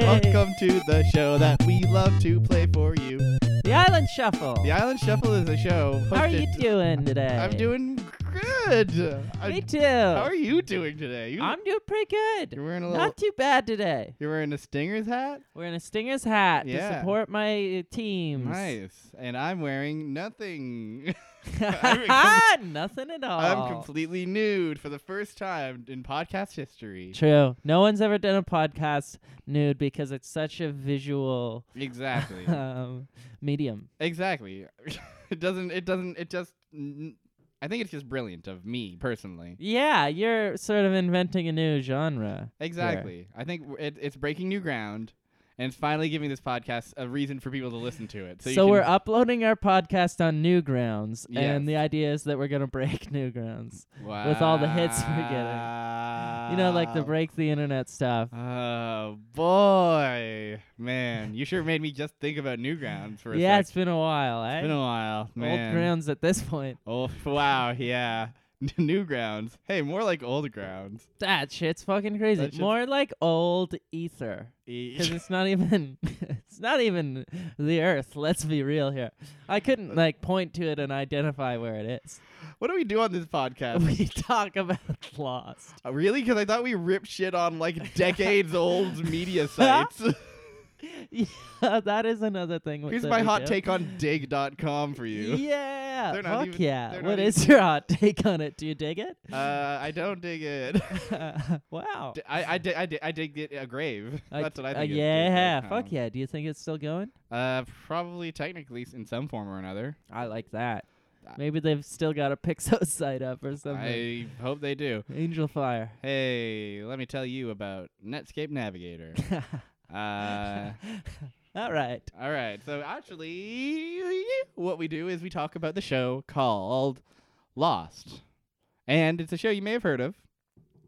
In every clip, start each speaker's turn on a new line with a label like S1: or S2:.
S1: to the show that we love to play for you.
S2: The Island Shuffle.
S1: The Island Shuffle is a show.
S2: How are you
S1: hosted-
S2: doing today?
S1: I'm doing good.
S2: Me
S1: I'm-
S2: too.
S1: How are you doing today? You,
S2: I'm doing pretty good.
S1: you're wearing a little.
S2: Not too bad today.
S1: you're wearing a Stingers hat.
S2: Wearing a Stingers hat to
S1: Yeah.
S2: support my uh, teams.
S1: Nice. And I'm wearing nothing.
S2: Nothing at all.
S1: I'm completely nude for the first time in podcast history.
S2: True. No one's ever done a podcast nude because it's such a visual
S1: Exactly.
S2: um, medium.
S1: exactly. it doesn't. It doesn't. It just. n- I think it's just brilliant of me personally.
S2: Yeah, you're sort of inventing a new genre.
S1: Exactly. I think w- it, it's breaking new ground, and it's finally giving this podcast a reason for people to listen to it. So,
S2: So,
S1: you can-
S2: we're uploading our podcast on new grounds,
S1: Yes.
S2: and the idea is that we're gonna break new grounds. with all the hits we're getting. You know, like the
S1: Wow.
S2: break the internet stuff.
S1: Oh boy, man! You sure made me just think about Newgrounds for a
S2: Yeah,
S1: sec.
S2: it's been a while. Eh?
S1: it's been a while, man.
S2: Old grounds at this point.
S1: Oh wow, yeah, Newgrounds. Hey, more like old grounds.
S2: That shit's fucking crazy.
S1: That shit's-
S2: More like old ether. Because it's not even, it's not even the Earth. Let's be real here. I
S1: Uh,
S2: couldn't like point to it and identify where it is.
S1: what do we do on this podcast?
S2: We talk about Lost.
S1: Uh, really? Because I thought we ripped shit on like decades-old media sites.
S2: Yeah, that is another thing.
S1: Here's
S2: that
S1: my
S2: we
S1: hot
S2: do.
S1: take on Dig.com for you.
S2: Yeah,
S1: They're not
S2: fuck
S1: even-
S2: yeah.
S1: they're
S2: What
S1: not
S2: is your hot take on it? Do you dig it?
S1: Uh, I don't dig it.
S2: wow.
S1: D- I I dig I, dig I dig it a grave.
S2: I-
S1: That's what I
S2: uh,
S1: think. is
S2: yeah,
S1: dig.com.
S2: fuck yeah. Do you think it's still going?
S1: Uh, probably technically s- in some form or another.
S2: I like that.
S1: Uh,
S2: Maybe they've still got a Pixo site up or something.
S1: I hope they do.
S2: Angel Fire.
S1: Hey, let me tell you about Netscape Navigator. uh,
S2: All right.
S1: all right. So actually, what we do is we talk about the show called Lost, and it's a show you may have heard of.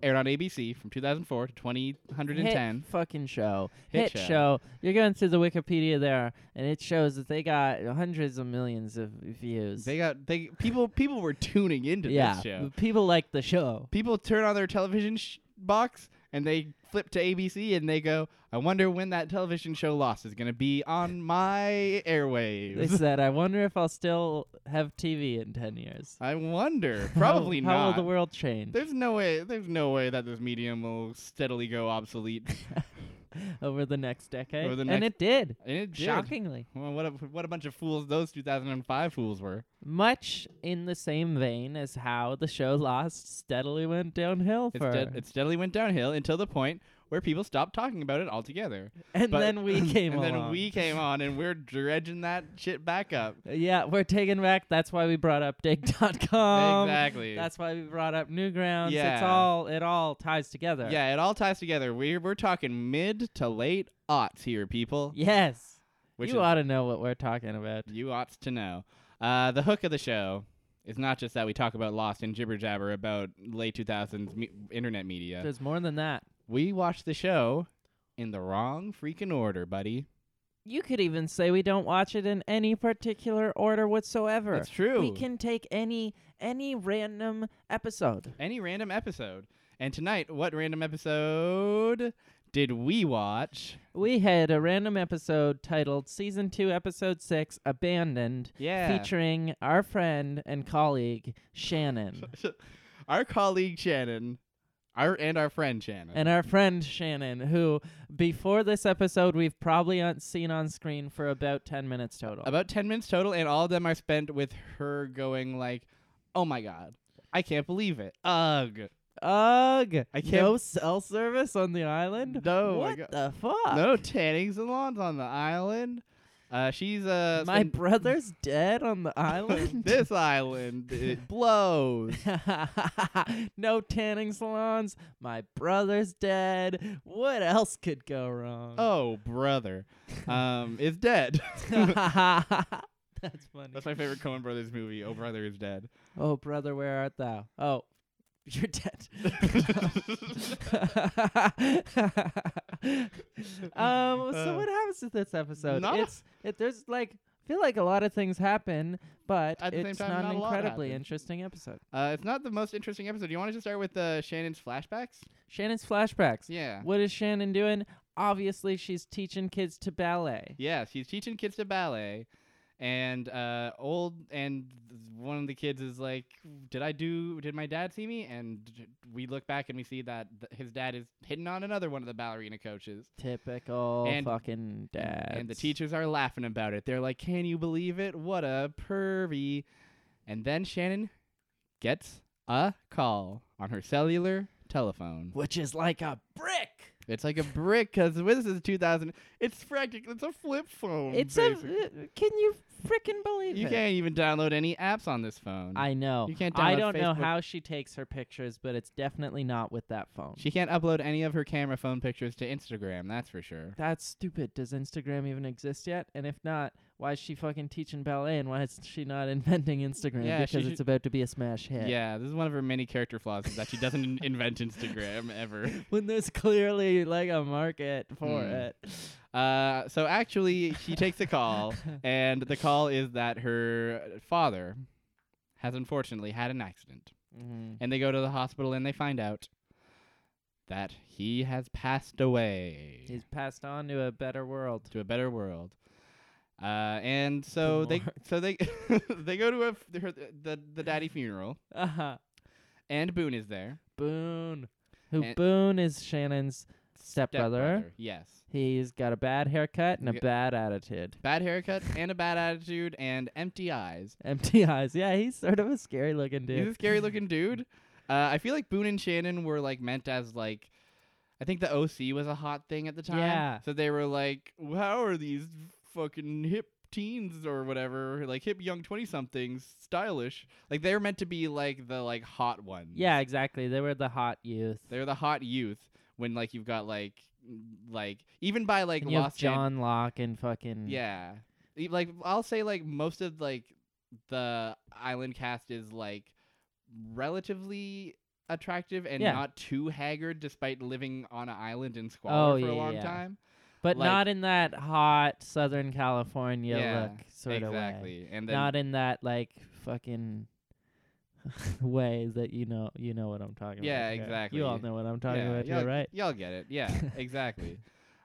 S1: Aired on ABC from 2004 to 2010.
S2: Hit fucking show.
S1: Hit
S2: Hit,
S1: show.
S2: show. You're going through the Wikipedia there, and it shows that they got hundreds of millions of views.
S1: They got they people people were tuning into
S2: yeah,
S1: this show.
S2: the people like the show.
S1: people turn on their television sh- box and they flip to ABC and they go, "I wonder when that television show Lost is going to be on my
S2: They
S1: airwaves."
S2: said, "I wonder if I'll still have TV in ten years."
S1: I wonder.
S2: How-
S1: Uh, Probably
S2: How will
S1: not.
S2: the world change
S1: there's no way. There's no way that this medium will steadily go obsolete.
S2: over the next decade?
S1: Over the
S2: and
S1: next-
S2: it did,
S1: and it did.
S2: shockingly.
S1: Well, what a what a bunch of fools those 2005 fools were.
S2: Much in the same vein as how the show Lost steadily went downhill
S1: It,
S2: for,
S1: stead- it steadily went downhill until the point where people stopped talking about it altogether.
S2: and
S1: But-
S2: then we came
S1: and then
S2: along.
S1: we came on and we're dredging that shit back up.
S2: Yeah, we're taking back. That's why we brought up dig.com.
S1: exactly.
S2: Um, That's why we brought up Newgrounds. It's
S1: Yeah.
S2: all it all ties together.
S1: Yeah, it all ties together. We're we're talking mid to late aughts here, people.
S2: Yes.
S1: Which
S2: you
S1: is-
S2: ought to know what we're talking about.
S1: you oughts to know. Uh, the hook of the show is not just that we talk about Lost and jibber jabber about late 2000s me- internet media.
S2: There's more than that.
S1: we watched the show in the wrong freaking order, buddy.
S2: You could even say we don't watch it in any particular order whatsoever.
S1: That's true.
S2: We can take any any random episode.
S1: Any random episode. And tonight, what random episode did we watch?
S2: We had a random episode titled Season 2 Episode 6 Abandoned
S1: Yeah.
S2: featuring our friend and colleague Shannon.
S1: our colleague Shannon, our and our friend Shannon.
S2: and our friend Shannon, who before this episode we've probably on- seen on screen for about ten minutes total.
S1: about 10 minutes total and all of them are spent with her going like oh my god i can't believe it ugh
S2: Ugh!
S1: I can't-
S2: No cell service on the island.
S1: No, I
S2: what
S1: got-
S2: the fuck?
S1: no tanning salons on the island uh she's uh
S2: my
S1: spend-
S2: brother's dead on the island.
S1: this island it blows
S2: no tanning salons. My brother's dead. What else could go wrong?
S1: oh brother um is dead
S2: that's funny.
S1: that's my favorite cohen brothers movie oh brother is dead
S2: Oh, brother, where art thou? Oh, you're dead. um, so
S1: Uh,
S2: what happens to this episode?
S1: not-
S2: It's it, there's like I feel like a lot of things happen, but
S1: At the same
S2: it's
S1: time,
S2: not
S1: not
S2: an
S1: a lot
S2: incredibly
S1: happens.
S2: interesting episode.
S1: uh it's not the most interesting episode do you want to just start with uh shannon's flashbacks
S2: Shannon's flashbacks.
S1: yeah
S2: What is Shannon doing? obviously she's teaching kids to ballet.
S1: Yeah, she's teaching kids to ballet, and uh, old and one of the kids is like, "Did I do? Did my dad see me?" And we look back and we see that th- his dad is hitting on another one of the ballerina coaches.
S2: Typical
S1: And-
S2: fucking dad.
S1: And the teachers are laughing about it. They're like, "Can you believe it? What a pervy!" And then Shannon gets a call on her cellular telephone.
S2: which is like a brick.
S1: It's like a brick because this is 2000. It's practically it's a flip phone.
S2: It's
S1: basically.
S2: a. uh, Can you freaking believe
S1: You
S2: it?
S1: can't even download any apps on this phone.
S2: I know.
S1: You can't
S2: I
S1: download
S2: don't know
S1: Facebook.
S2: how she takes her pictures, but it's definitely not with that phone.
S1: She can't upload any of her camera phone pictures to Instagram, that's for sure.
S2: That's stupid. Does Instagram even exist yet? And if not, why is she fucking teaching ballet and why is she not inventing Instagram?
S1: Yeah, she
S2: because
S1: should-
S2: it's about to be a smash
S1: Yeah.
S2: hit.
S1: this is one of her many character flaws is that she doesn't in- invent Instagram ever.
S2: When there's clearly like a market for
S1: Hmm.
S2: it.
S1: Uh, so actually, she takes a call, and the call is that her father has unfortunately had an accident.
S2: Mhm.
S1: And they go to the hospital and they find out that he has passed away
S2: He's passed on to a better world.
S1: to a better world. Uh, and so they
S2: Lord.
S1: so they they go to a f- her, the the daddy funeral
S2: Uh huh.
S1: and Boone is there
S2: Boone. Who
S1: And-
S2: Boone is Shannon's stepbrother.
S1: Stepbrother, yes
S2: He's got a bad haircut and a
S1: Yeah.
S2: bad attitude.
S1: bad haircut and a bad attitude and empty eyes.
S2: Empty eyes. Yeah, he's sort of a scary looking dude.
S1: He's a scary looking dude. Uh, I feel like Boone and Shannon were like meant as like, I think the OC was a hot thing at the time.
S2: Yeah.
S1: So they were like, how are these fucking hip teens or whatever, like hip young twenty somethings, stylish? Like they were meant to be like the like hot ones.
S2: Yeah, exactly. They were the hot youth.
S1: They're the hot youth when like you've got like like even by like
S2: And you have
S1: Los An-
S2: John Locke and fucking
S1: Yeah. E- Like I'll say like most of like the island cast is like relatively attractive and
S2: Yeah.
S1: not too haggard despite living on an island in squalor
S2: Oh,
S1: for
S2: yeah,
S1: a long
S2: yeah.
S1: time.
S2: but
S1: like-
S2: not in that hot Southern California
S1: Yeah,
S2: look sort of way.
S1: exactly. And then
S2: Not in that like fucking way that you know you know what I'm talking
S1: Yeah,
S2: about. here.
S1: exactly.
S2: You all know what I'm talking
S1: yeah,
S2: about. You're
S1: y'all-
S2: right.
S1: Y'all get it. Yeah, exactly.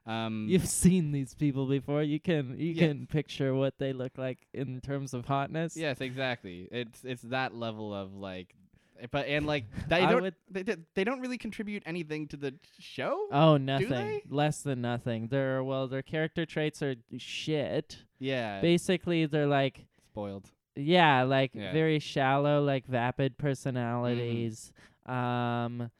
S1: Um
S2: You've seen these people before. You can you
S1: Yes.
S2: can picture what they look like in terms of hotness.
S1: Yes, exactly. It's it's that level of like eh, but and like they
S2: I
S1: don't
S2: would-
S1: they, they- they don't really contribute anything to the show.
S2: Oh, nothing.
S1: they?
S2: Less than nothing. Their well, their character traits are shit.
S1: yeah,
S2: Basically, they're like
S1: spoiled.
S2: yeah, like
S1: Yeah.
S2: very shallow, like vapid personalities.
S1: Mm-hmm.
S2: Um,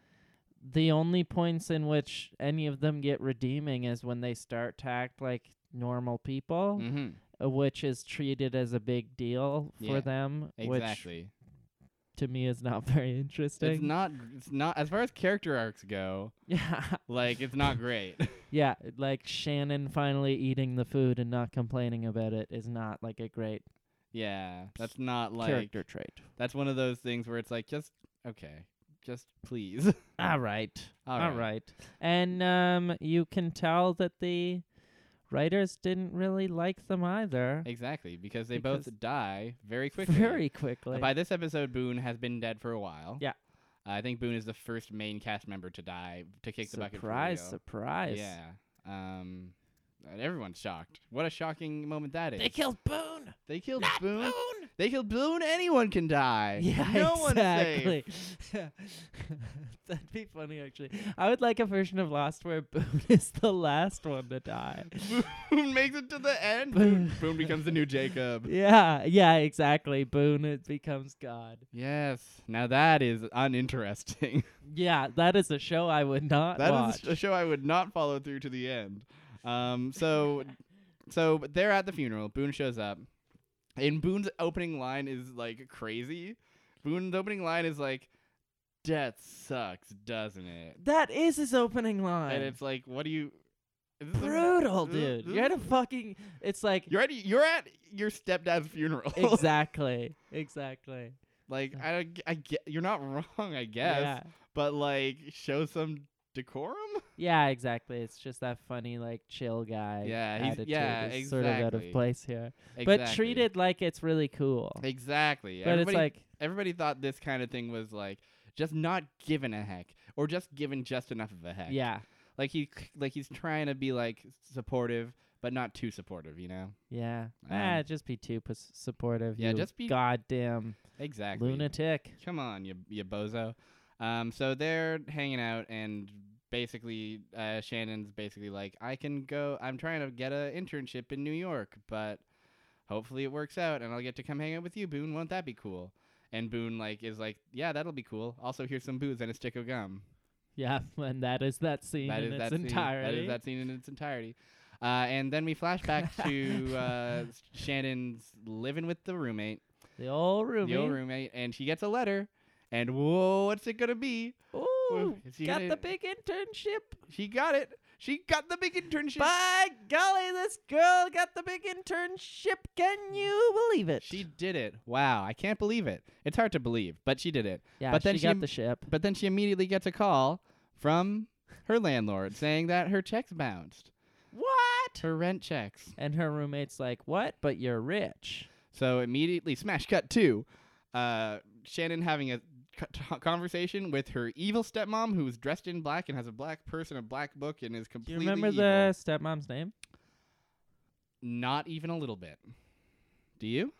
S2: the only points in which any of them get redeeming is when they start to act like normal people,
S1: Mm-hmm.
S2: uh, which is treated as a big deal for
S1: Yeah,
S2: them, which
S1: Exactly.
S2: to me is not very interesting.
S1: It's not. It's not as far as character arcs go.
S2: yeah,
S1: Like it's not great.
S2: yeah, like Shannon finally eating the food and not complaining about it is not like a great
S1: yeah, that's not like.
S2: character trait.
S1: That's one of those things where it's like just okay, just please.
S2: All right.
S1: All
S2: All
S1: right.
S2: right. And um, you can tell that the writers didn't really like them either.
S1: exactly because they
S2: Because-
S1: both die very quickly.
S2: Very
S1: Uh,
S2: quickly.
S1: By this episode, Boone has been dead for a while.
S2: Yeah.
S1: Uh, I think Boone is the first main cast member to die to kick the bucket. for
S2: surprise,
S1: real.
S2: surprise.
S1: Yeah. Um. and Everyone's shocked. What a shocking moment that is.
S2: They killed Boone.
S1: They killed
S2: Not
S1: Boone.
S2: Boone.
S1: They killed Boone. Anyone can die.
S2: Yeah,
S1: no
S2: exactly. That'd be funny, actually. I would like a version of Lost where Boone is the last one to die.
S1: one's safe. Boone makes it to the end.
S2: Boone.
S1: Boone, Boone becomes the new Jacob.
S2: yeah, yeah, exactly. Boone it becomes God.
S1: Yes. Now that is uninteresting.
S2: Yeah, that is a show I would not
S1: That is
S2: watch.
S1: a show I would not follow through to the end. Um. So, so but they're at the funeral. Boone shows up, and Boone's opening line is like crazy. Boone's opening line is like, "Death sucks, doesn't it?"
S2: that is his opening line.
S1: And it's like, "What do you?" is this a-
S2: brutal,
S1: this is-
S2: dude. You're at a fucking. It's like
S1: Mm-hmm. You're at you're at your stepdad's funeral.
S2: exactly, exactly.
S1: like I, don't g- I get you're not wrong, I guess.
S2: Yeah,
S1: But like show some decorum.
S2: yeah, exactly. It's just that funny, like chill guy.
S1: Yeah, he's-
S2: attitude
S1: yeah,
S2: is sort of out of
S1: exactly.
S2: place here, but
S1: Exactly.
S2: treated like it's really cool.
S1: exactly.
S2: but
S1: everybody,
S2: it's like,
S1: everybody thought this kind of thing was like just not given a heck or just given just enough of a heck.
S2: yeah,
S1: like he like he's trying to be like supportive but not too supportive, you know?
S2: Yeah.
S1: Um,
S2: ah, just be too pus- supportive.
S1: yeah,
S2: you
S1: just be-
S2: goddamn
S1: Exactly.
S2: lunatic.
S1: Come on, you you bozo. Um, so they're hanging out, and basically, uh, Shannon's basically like, I can go. I'm trying to get a internship in New York, but hopefully it works out, and I'll get to come hang out with you, Boone. Won't that be cool? And Boone like is like, yeah, that'll be cool. Also, here's some booze and a stick of gum.
S2: Yeah, and that is that scene
S1: That
S2: in
S1: is
S2: its
S1: that
S2: entirety.
S1: Scene, that is that scene in its entirety. Uh, and then we flash back to uh, Shannon's living with the roommate,
S2: the old
S1: the old
S2: roomie.
S1: roommate, and she gets a letter. And whoa, what's it gonna be?
S2: Ooh,
S1: Is he
S2: got
S1: gonna-
S2: the big internship.
S1: She got it. She got the big internship.
S2: By golly, this girl got the big internship. Can you believe it?
S1: She did it. Wow, I can't believe it. It's hard to believe, but she did it.
S2: yeah,
S1: but then
S2: she
S1: she
S2: got
S1: im-
S2: the ship.
S1: But then she immediately gets a call from her landlord saying that her checks bounced,
S2: What?
S1: her rent checks.
S2: And her roommate's like, "What? But you're rich."
S1: So immediately, smash cut to uh, Shannon having a co- t- conversation with her evil stepmom who's dressed in black and has a black purse and a black book and is
S2: Do you
S1: completely
S2: remember
S1: evil.
S2: the stepmom's name?
S1: not even a little bit. Do you?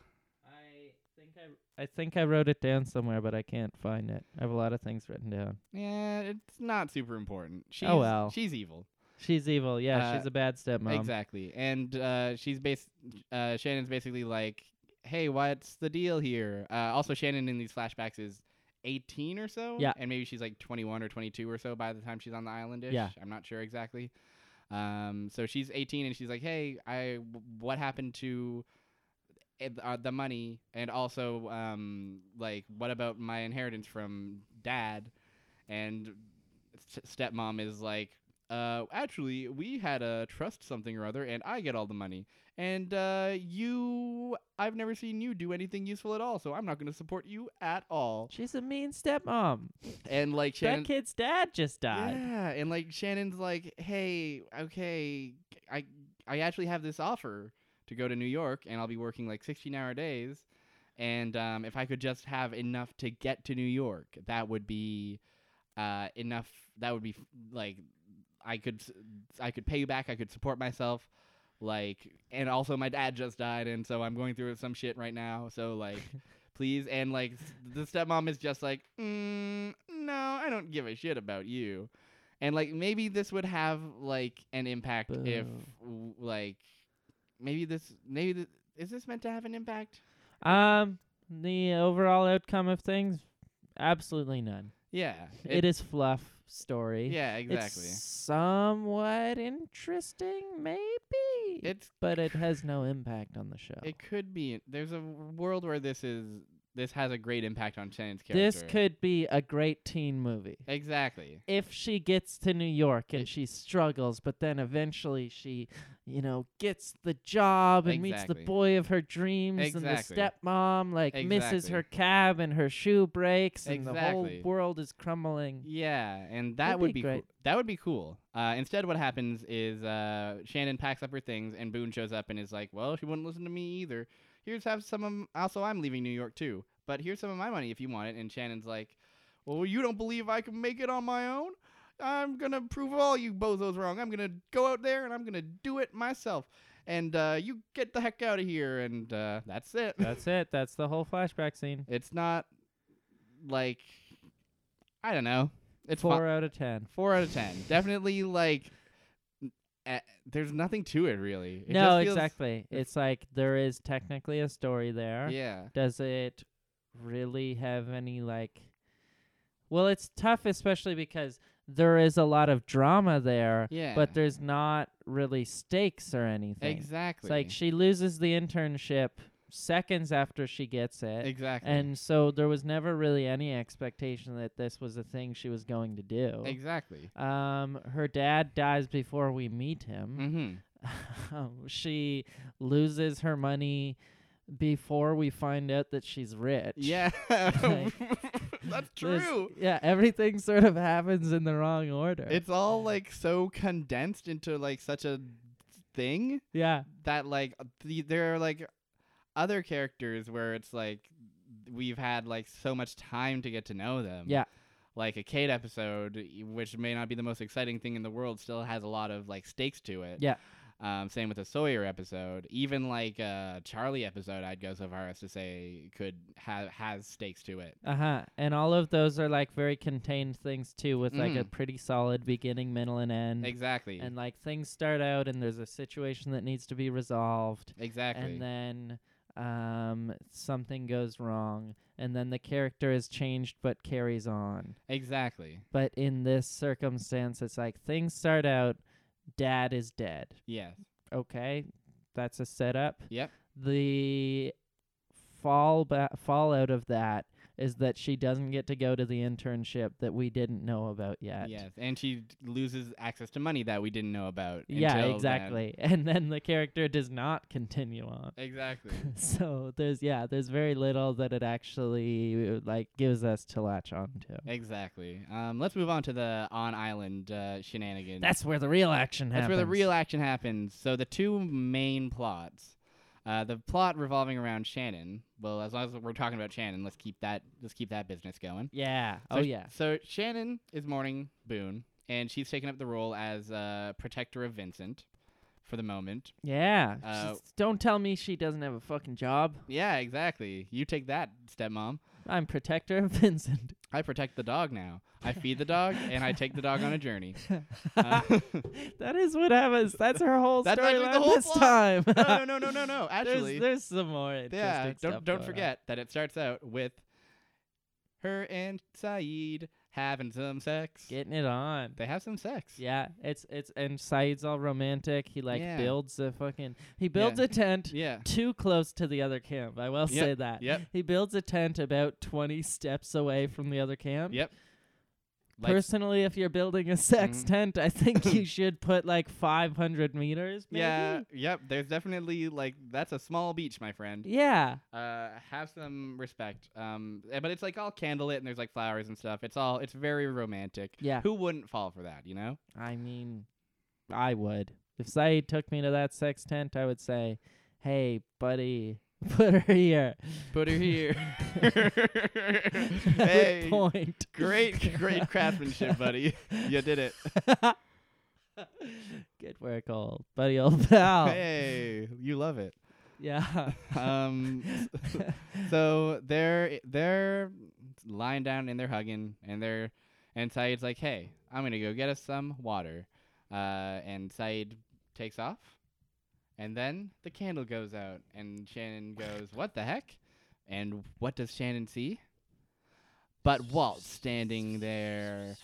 S2: I think I I think I wrote it down somewhere, but I can't find it. I have a lot of things written down.
S1: Yeah, it's not super important. She's,
S2: Oh, well.
S1: She's evil.
S2: She's evil. Yeah,
S1: Uh,
S2: she's a bad stepmom.
S1: Exactly. And uh, she's bas- uh, Shannon's basically like, hey, what's the deal here? Uh, also, Shannon in these flashbacks is 18 or so.
S2: Yeah.
S1: And maybe she's like 21 or 22 or so by the time she's on the island ish.
S2: Yeah.
S1: I'm not sure exactly. Um, so she's 18 and she's like, hey, I, what happened to eh, uh, the money? And also, um, like, what about my inheritance from dad? And s- stepmom is like, uh, actually, we had a trust something or other, and I get all the money. And uh, you, I've never seen you do anything useful at all, so I'm not going to support you at all.
S2: She's a mean stepmom.
S1: And like Shannon,
S2: That kid's dad just died.
S1: yeah, and like Shannon's like, hey, okay, I, I actually have this offer to go to New York, and I'll be working like 16 hour days. And um, if I could just have enough to get to New York, that would be uh, enough. That would be f- like I could s- I could pay you back. I could support myself. Like, and also my dad just died, and so I'm going through some shit right now. So like, please, and like s- the stepmom is just like, mm, no, I don't give a shit about you. And like maybe this would have like an impact if
S2: Boo.
S1: w- like maybe this maybe th- is this meant to have an impact?
S2: Um, the overall outcome of things, absolutely none.
S1: Yeah,
S2: it is fluff story.
S1: Yeah, exactly.
S2: It's somewhat interesting, maybe.
S1: It's
S2: but it has no impact on the show.
S1: It could be. There's a world where this is this has a great impact on Shannon's character.
S2: this could be a great teen movie.
S1: exactly.
S2: if she gets to New York and
S1: It-
S2: she struggles, but then eventually she, you know, gets the job and meets
S1: Exactly.
S2: the boy of her dreams
S1: Exactly.
S2: and the stepmom, like misses
S1: Exactly.
S2: her cab and her shoe breaks and the
S1: Exactly.
S2: whole world is crumbling.
S1: Yeah, and that
S2: That'd
S1: would
S2: be
S1: be, cool.
S2: great.
S1: that would be cool. Uh, instead, what happens is uh, Shannon packs up her things, and Boone shows up and is like, "Well, she wouldn't listen to me either. Here's have some. Of m- also, I'm leaving New York too, but here's some of my money if you want it." And Shannon's like, "Well, you don't believe I can make it on my own? I'm gonna prove all you bozos wrong. I'm gonna go out there and I'm gonna do it myself. And uh, you get the heck out of here. And uh, that's it.
S2: That's it. That's the whole flashback scene.
S1: It's not like I don't know. It's fi-
S2: Four out of ten.
S1: Four out of ten. Definitely like. Uh, there's nothing to it really. It
S2: no,
S1: just feels-
S2: exactly. It's like there is technically a story there.
S1: Yeah.
S2: Does it really have any like? Well, it's tough, especially because there is a lot of drama there.
S1: Yeah.
S2: but there's not really stakes or anything.
S1: exactly.
S2: It's like she loses the internship seconds after she gets it.
S1: exactly.
S2: And so there was never really any expectation that this was a thing she was going to do.
S1: exactly.
S2: um, her dad dies before we meet him.
S1: Mm-hmm.
S2: Um, she loses her money before we find out that she's rich.
S1: Yeah. That's
S2: There's-
S1: true.
S2: yeah, everything sort of happens in the wrong order.
S1: It's all like so condensed into like such a thing
S2: yeah,
S1: that like the, there are like other characters where it's like we've had like so much time to get to know them.
S2: Yeah.
S1: like a Kate episode, y- which may not be the most exciting thing in the world, still has a lot of like stakes to it.
S2: Yeah.
S1: Um, same with a Sawyer episode. Even like a Charlie episode, I'd go so far as to say could have has stakes to it.
S2: Uh huh. And all of those are like very contained things too, with like
S1: Mm.
S2: a pretty solid beginning, middle, and end.
S1: Exactly.
S2: Mm. And like things start out, and there's a situation that needs to be resolved,
S1: exactly.
S2: and then um something goes wrong, and then the character is changed but carries on.
S1: exactly.
S2: But in this circumstance, it's like things start out, dad is dead.
S1: Yes.
S2: Okay, that's a setup.
S1: Yep.
S2: the fall ba- fallout of that is that she doesn't get to go to the internship that we didn't know about yet.
S1: Yes. And she d- loses access to money that we didn't know about.
S2: Yeah,
S1: until then.
S2: exactly. And then the character does not continue on.
S1: Exactly.
S2: So there's yeah, there's very little that it actually like gives us to latch on to.
S1: exactly. Um, let's move on to the on island uh, shenanigans.
S2: That's where the real action happens.
S1: That's where the real action happens. So the two main plots, uh, the plot revolving around Shannon. Well, as long as we're talking about Shannon, let's keep that let's keep that business going.
S2: Yeah.
S1: So
S2: oh
S1: sh-
S2: yeah.
S1: So Shannon is mourning Boone, and she's taken up the role as uh, protector of Vincent for the moment.
S2: Yeah.
S1: uh,
S2: Just don't tell me she doesn't have a fucking job.
S1: Yeah, exactly. You take that, stepmom.
S2: I'm protector of Vincent.
S1: I protect the dog now. I feed the dog, and I take the dog on a journey. Uh,
S2: That is what happens. That's her whole
S1: That's actually the
S2: storyline
S1: whole
S2: this
S1: plot.
S2: time.
S1: no, no, no, no, no, no. Actually,
S2: there's, there's some more interesting
S1: yeah,
S2: stuff
S1: don't
S2: going
S1: don't
S2: on.
S1: forget that it starts out with her and Saeed having some sex.
S2: getting it on.
S1: they have some sex.
S2: Yeah, it's it's and Saeed's all romantic. He like
S1: Yeah.
S2: builds a fucking he builds a tent
S1: Yeah.
S2: too close to the other camp. I
S1: Yep,
S2: will say that.
S1: yep.
S2: He builds a tent about 20 steps away from the other camp.
S1: Yep. Like,
S2: Personally, if you're building a sex
S1: Mhm.
S2: tent, I think you should put like 500 meters. Maybe?
S1: yeah, yep. There's definitely like that's a small beach, my friend.
S2: Yeah.
S1: Uh, have some respect. Um, eh, but it's like all candlelit and there's like flowers and stuff. It's all it's very romantic.
S2: Yeah.
S1: Who wouldn't fall for that? You know.
S2: I mean, I would. If Saeed took me to that sex tent, I would say, "Hey, buddy, put her here."
S1: Put her here.
S2: Good
S1: hey,
S2: point.
S1: great, great craftsmanship, buddy. You did it.
S2: Good work, old buddy, old pal.
S1: Hey, you love it.
S2: Yeah.
S1: Um, so they're they're lying down and they're hugging and they're and Saeed's like, "Hey, I'm gonna go get us some water," uh, and Saeed takes off, and then the candle goes out and Shannon goes, "What the heck?" And what does Shannon see? But Walt standing there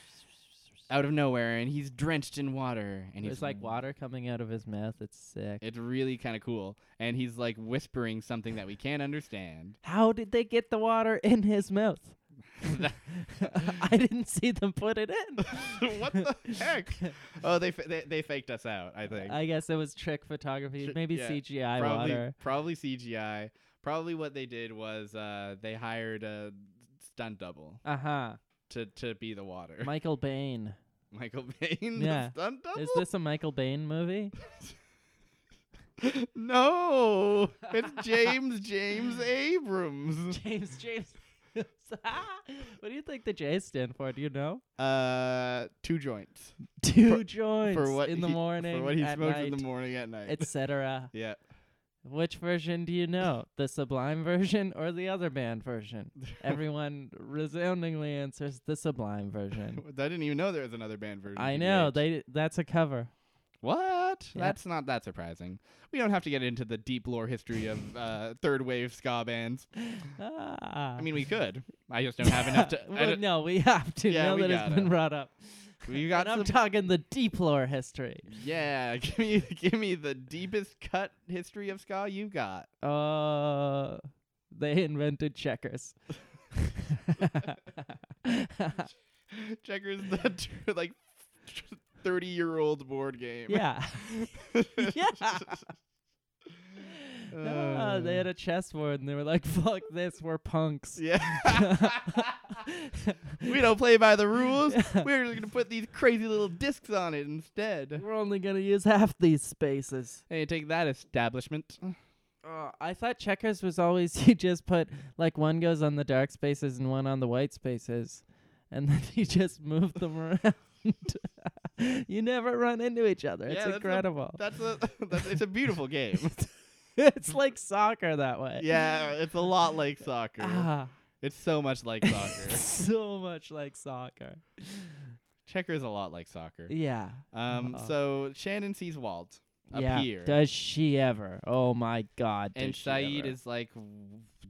S1: out of nowhere and he's drenched in water and he's
S2: It's like water coming out of his mouth. It's sick.
S1: It's really kind of cool. And he's like whispering something that we can't understand.
S2: How did they get the water in his mouth? I didn't see them put it in.
S1: what the heck? Oh, they, fa- they they faked us out. I think
S2: I guess it was trick photography,
S1: Tri-
S2: maybe
S1: yeah,
S2: CGI
S1: probably
S2: water.
S1: probably CGI. Probably what they did was uh, they hired a stunt double
S2: Uh huh.
S1: to to be the water.
S2: Michael Bain.
S1: Michael Bain,
S2: Yeah.
S1: the stunt double.
S2: Is this a Michael Bain movie?
S1: no, it's James James Abrams.
S2: James, James. what do you think the J's stand for? Do you know?
S1: Uh, two joints
S2: Two joints
S1: for what
S2: in the
S1: he,
S2: morning,
S1: for what he
S2: at
S1: smokes
S2: night,
S1: in the morning at night.
S2: etc.
S1: yeah,
S2: Which version do you know? The Sublime version or the other band version? Everyone resoundingly answers the Sublime version.
S1: I didn't even know there was another band version.
S2: I
S1: of
S2: know
S1: TBH.
S2: they. That's a cover.
S1: What?
S2: Yeah.
S1: That's not that surprising. We don't have to get into the deep lore history of uh, third wave ska bands.
S2: Ah.
S1: I mean, we could. I just don't have enough to. I
S2: well,
S1: don't-
S2: no, we have to.
S1: Yeah,
S2: now
S1: we
S2: that it's
S1: gotta.
S2: been brought up.
S1: We got
S2: and I'm
S1: some.
S2: talking the deep lore history.
S1: yeah, give me give me the deepest cut history of ska you got.
S2: Uh, they invented checkers.
S1: Checkers the t- like thirty year old board game.
S2: yeah. Yeah. Ah, they
S1: Uh,
S2: had a chessboard and they were like, fuck this, we're punks.
S1: yeah. we don't play by the rules. We're just gonna put these crazy little discs on it instead.
S2: we're only going to use half these spaces.
S1: Hey, take that establishment.
S2: Uh, I thought checkers was always you just put like one goes on the dark spaces and one on the white spaces. and then you just move them around. you never run into each other.
S1: Yeah,
S2: It's
S1: that's the-
S2: incredible.
S1: That's a that's, it's a beautiful game.
S2: it's like soccer that way.
S1: yeah, it's a lot like soccer.
S2: Ah,
S1: It's so much like soccer.
S2: so much like soccer.
S1: Checker is a lot like soccer.
S2: Yeah.
S1: Um,
S2: Uh-oh.
S1: so Shannon sees Walt up
S2: yeah.
S1: here,
S2: Does she ever? Oh my God.
S1: and
S2: does she
S1: Saeed
S2: ever.
S1: is like w-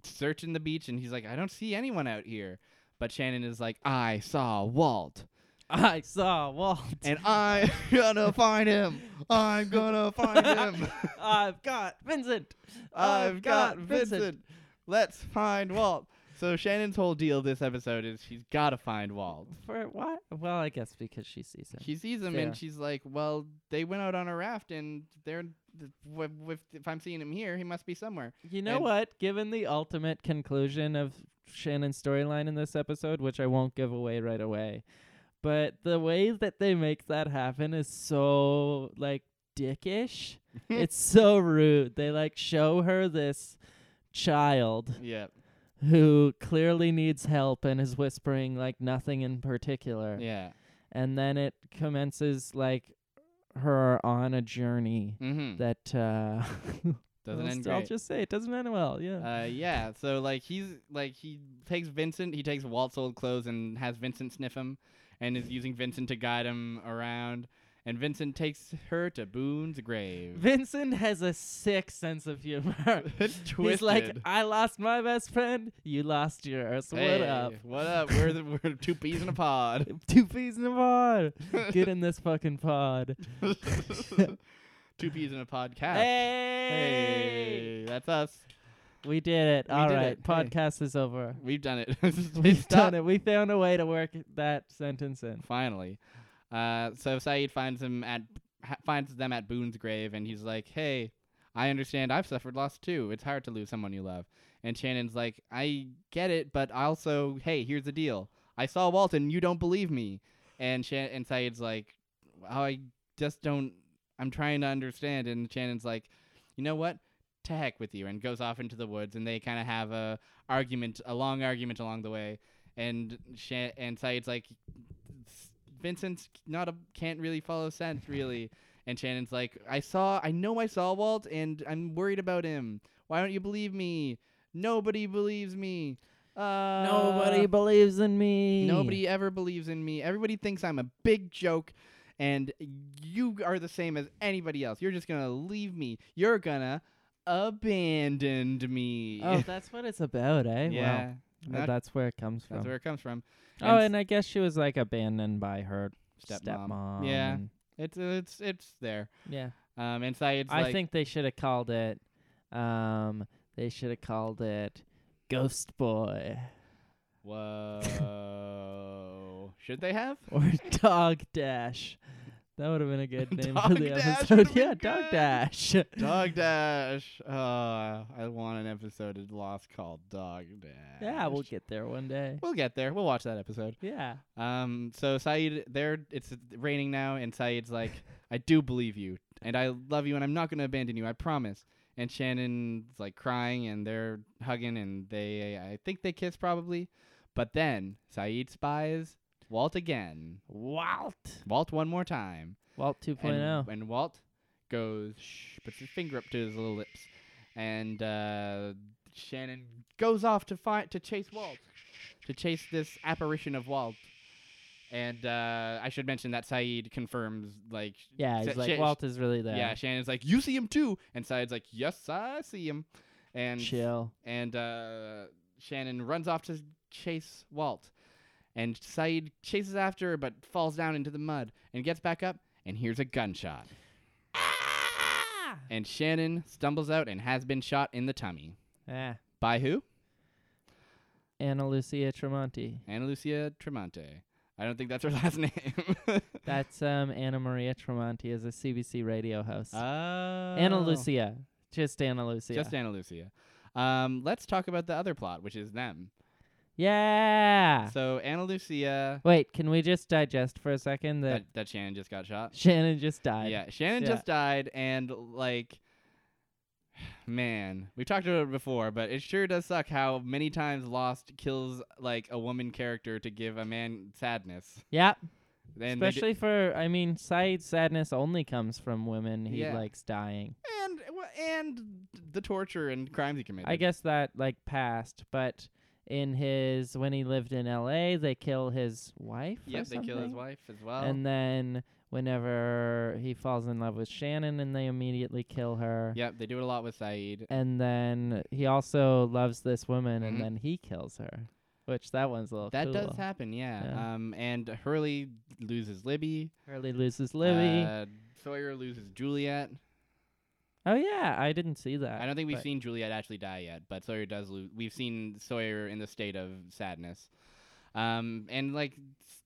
S1: searching the beach, and he's like, "I don't see anyone out here." But Shannon is like, "I saw Walt,
S2: I saw Walt.
S1: and I'm gonna find him. I'm gonna find him.
S2: I've got Vincent.
S1: I've got Vincent. Let's find Walt." So Shannon's whole deal this episode is she's gotta find Walt.
S2: For what? Well, I guess because she sees him.
S1: She sees him
S2: Yeah.
S1: and she's like, "Well, they went out on a raft, and they're th- w- w- if I'm seeing him here, he must be somewhere."
S2: You know
S1: And-
S2: what? Given the ultimate conclusion of Shannon's storyline in this episode, which I won't give away right away, but the way that they make that happen is so like dickish. it's so rude. They like show her this child
S1: Yeah,
S2: who clearly needs help and is whispering like nothing in particular.
S1: yeah.
S2: And then it commences like her on a journey
S1: Mm-hmm.
S2: that uh
S1: Doesn't
S2: I'll
S1: end
S2: s- I'll
S1: great.
S2: just say it doesn't end well. Yeah.
S1: uh, yeah, so like he's like he takes Vincent, he takes Walt's old clothes and has Vincent sniff him, and is using Vincent to guide him around. And Vincent takes her to Boone's grave.
S2: Vincent has a sick sense of humor.
S1: It's
S2: He's like,
S1: twisted.
S2: I lost my best friend, you lost yours.
S1: Hey,
S2: what up?
S1: What up? We're the, we're two peas in a pod.
S2: Two peas in a pod. Get in this fucking pod.
S1: two peas in a podcast.
S2: Hey!
S1: Hey, that's us.
S2: We did it.
S1: We
S2: All
S1: did
S2: right.
S1: it. Hey.
S2: Podcast is over.
S1: We've done it.
S2: We've done it. We found a way to work that sentence in.
S1: finally. Uh, so Saeed finds him at ha- finds them at Boone's grave, and he's like, "Hey, I understand. I've suffered loss too. It's hard to lose someone you love." And Shannon's like, "I get it, but I also, hey, here's the deal. I saw Walton. You don't believe me." And Shan- and Saeed's like, "Oh, I just don't. I'm trying to understand." And Shannon's like, "You know what?" To heck with you, and goes off into the woods, and they kind of have a argument, a long argument along the way, and Shan- and Saeed's like, s- Vincent's not a can't really follow sense really. And Shannon's like, I saw, I know I saw Walt, and I'm worried about him. Why don't you believe me? Nobody believes me. Uh,
S2: Nobody believes in me.
S1: nobody ever believes in me. Everybody thinks I'm a big joke, and you are the same as anybody else. You're just gonna leave me. You're gonna abandon me.
S2: Oh, that's what it's about, eh?
S1: yeah,
S2: Wow. Uh,
S1: that-
S2: that's where it comes from.
S1: that's where it comes from.
S2: oh,
S1: s-
S2: and I guess she was like abandoned by her
S1: Stepmom.
S2: stepmom.
S1: Yeah.
S2: and-
S1: it's it's it's there.
S2: yeah.
S1: Um, and Saeed's
S2: I
S1: like,
S2: think they should have called it. Um, they should have called it Ghost Boy
S1: Whoa. Should they have?
S2: or Dog Dash. That would have been a good name for
S1: Dog
S2: the
S1: Dash
S2: episode.
S1: would've been
S2: yeah, Dog
S1: good.
S2: Dash.
S1: Dog Dash. Oh, I want an episode of Lost called Dog Dash.
S2: yeah, we'll get there one day.
S1: We'll get there. We'll watch that episode.
S2: Yeah.
S1: Um, so Saeed, there, it's raining now, and Saeed's like, I do believe you, and I love you, and I'm not going to abandon you, I promise. And Shannon's like crying, and they're hugging, and they, I think they kiss probably. But then Saeed spies Walt again.
S2: Walt.
S1: Walt one more time.
S2: Walt oh. 2.0.
S1: And, and Walt goes, shh, puts his finger up to his little lips, and uh, Shannon goes off to find to chase Walt, to chase this apparition of Walt. And uh, I should mention that Saeed confirms, like,
S2: Yeah,
S1: Sa-
S2: he's like,
S1: Shan-
S2: Walt is really there.
S1: yeah, Shannon's like, you see him too, and Saeed's like, yes, I see him, and
S2: Chill.
S1: and uh, Shannon runs off to chase Walt. And Saeed chases after her but falls down into the mud and gets back up and hears a gunshot. And Shannon stumbles out and has been shot in the tummy.
S2: Yeah.
S1: By who?
S2: Anna Lucia Tremonti.
S1: Anna Lucia Tremonte. I don't think that's her last name.
S2: That's um Anna Maria Tremonti is a CBC radio host.
S1: oh.
S2: Anna Lucia. Just Anna Lucia.
S1: Just Anna Lucia. Um, let's talk about the other plot, which is them.
S2: yeah.
S1: So Anna Lucia,
S2: Wait, can we just digest for a second that
S1: that, that Shannon just got shot.
S2: Shannon just died?
S1: Yeah, Shannon
S2: Yeah.
S1: just died, and like, man, we've talked about it before, but it sure does suck how many times Lost kills like a woman character to give a man sadness.
S2: Yeah,
S1: And they di-
S2: especially for I mean, Saeed's sadness only comes from women he
S1: Yeah.
S2: likes dying.
S1: and well, and the torture and crimes he committed.
S2: I guess that like passed, but in his when he lived in L.A., they kill his wife. or
S1: Yep, they kill his
S2: something?
S1: wife Oh. as well.
S2: And then whenever he falls in love with Shannon, and they immediately kill her.
S1: yep, they do it a lot with Saeed.
S2: And then he also loves this woman,
S1: Mhm.
S2: and then he kills her. Which that one's a little
S1: That
S2: cool.
S1: does happen, yeah.
S2: Yeah.
S1: Um, and Hurley loses Libby.
S2: Hurley loses Libby.
S1: Uh, Sawyer loses Juliet.
S2: oh yeah, I didn't see that.
S1: I don't think we've
S2: but-
S1: seen Juliet actually die yet, but Sawyer does lose. We've seen Sawyer in the state of sadness. Um, and like,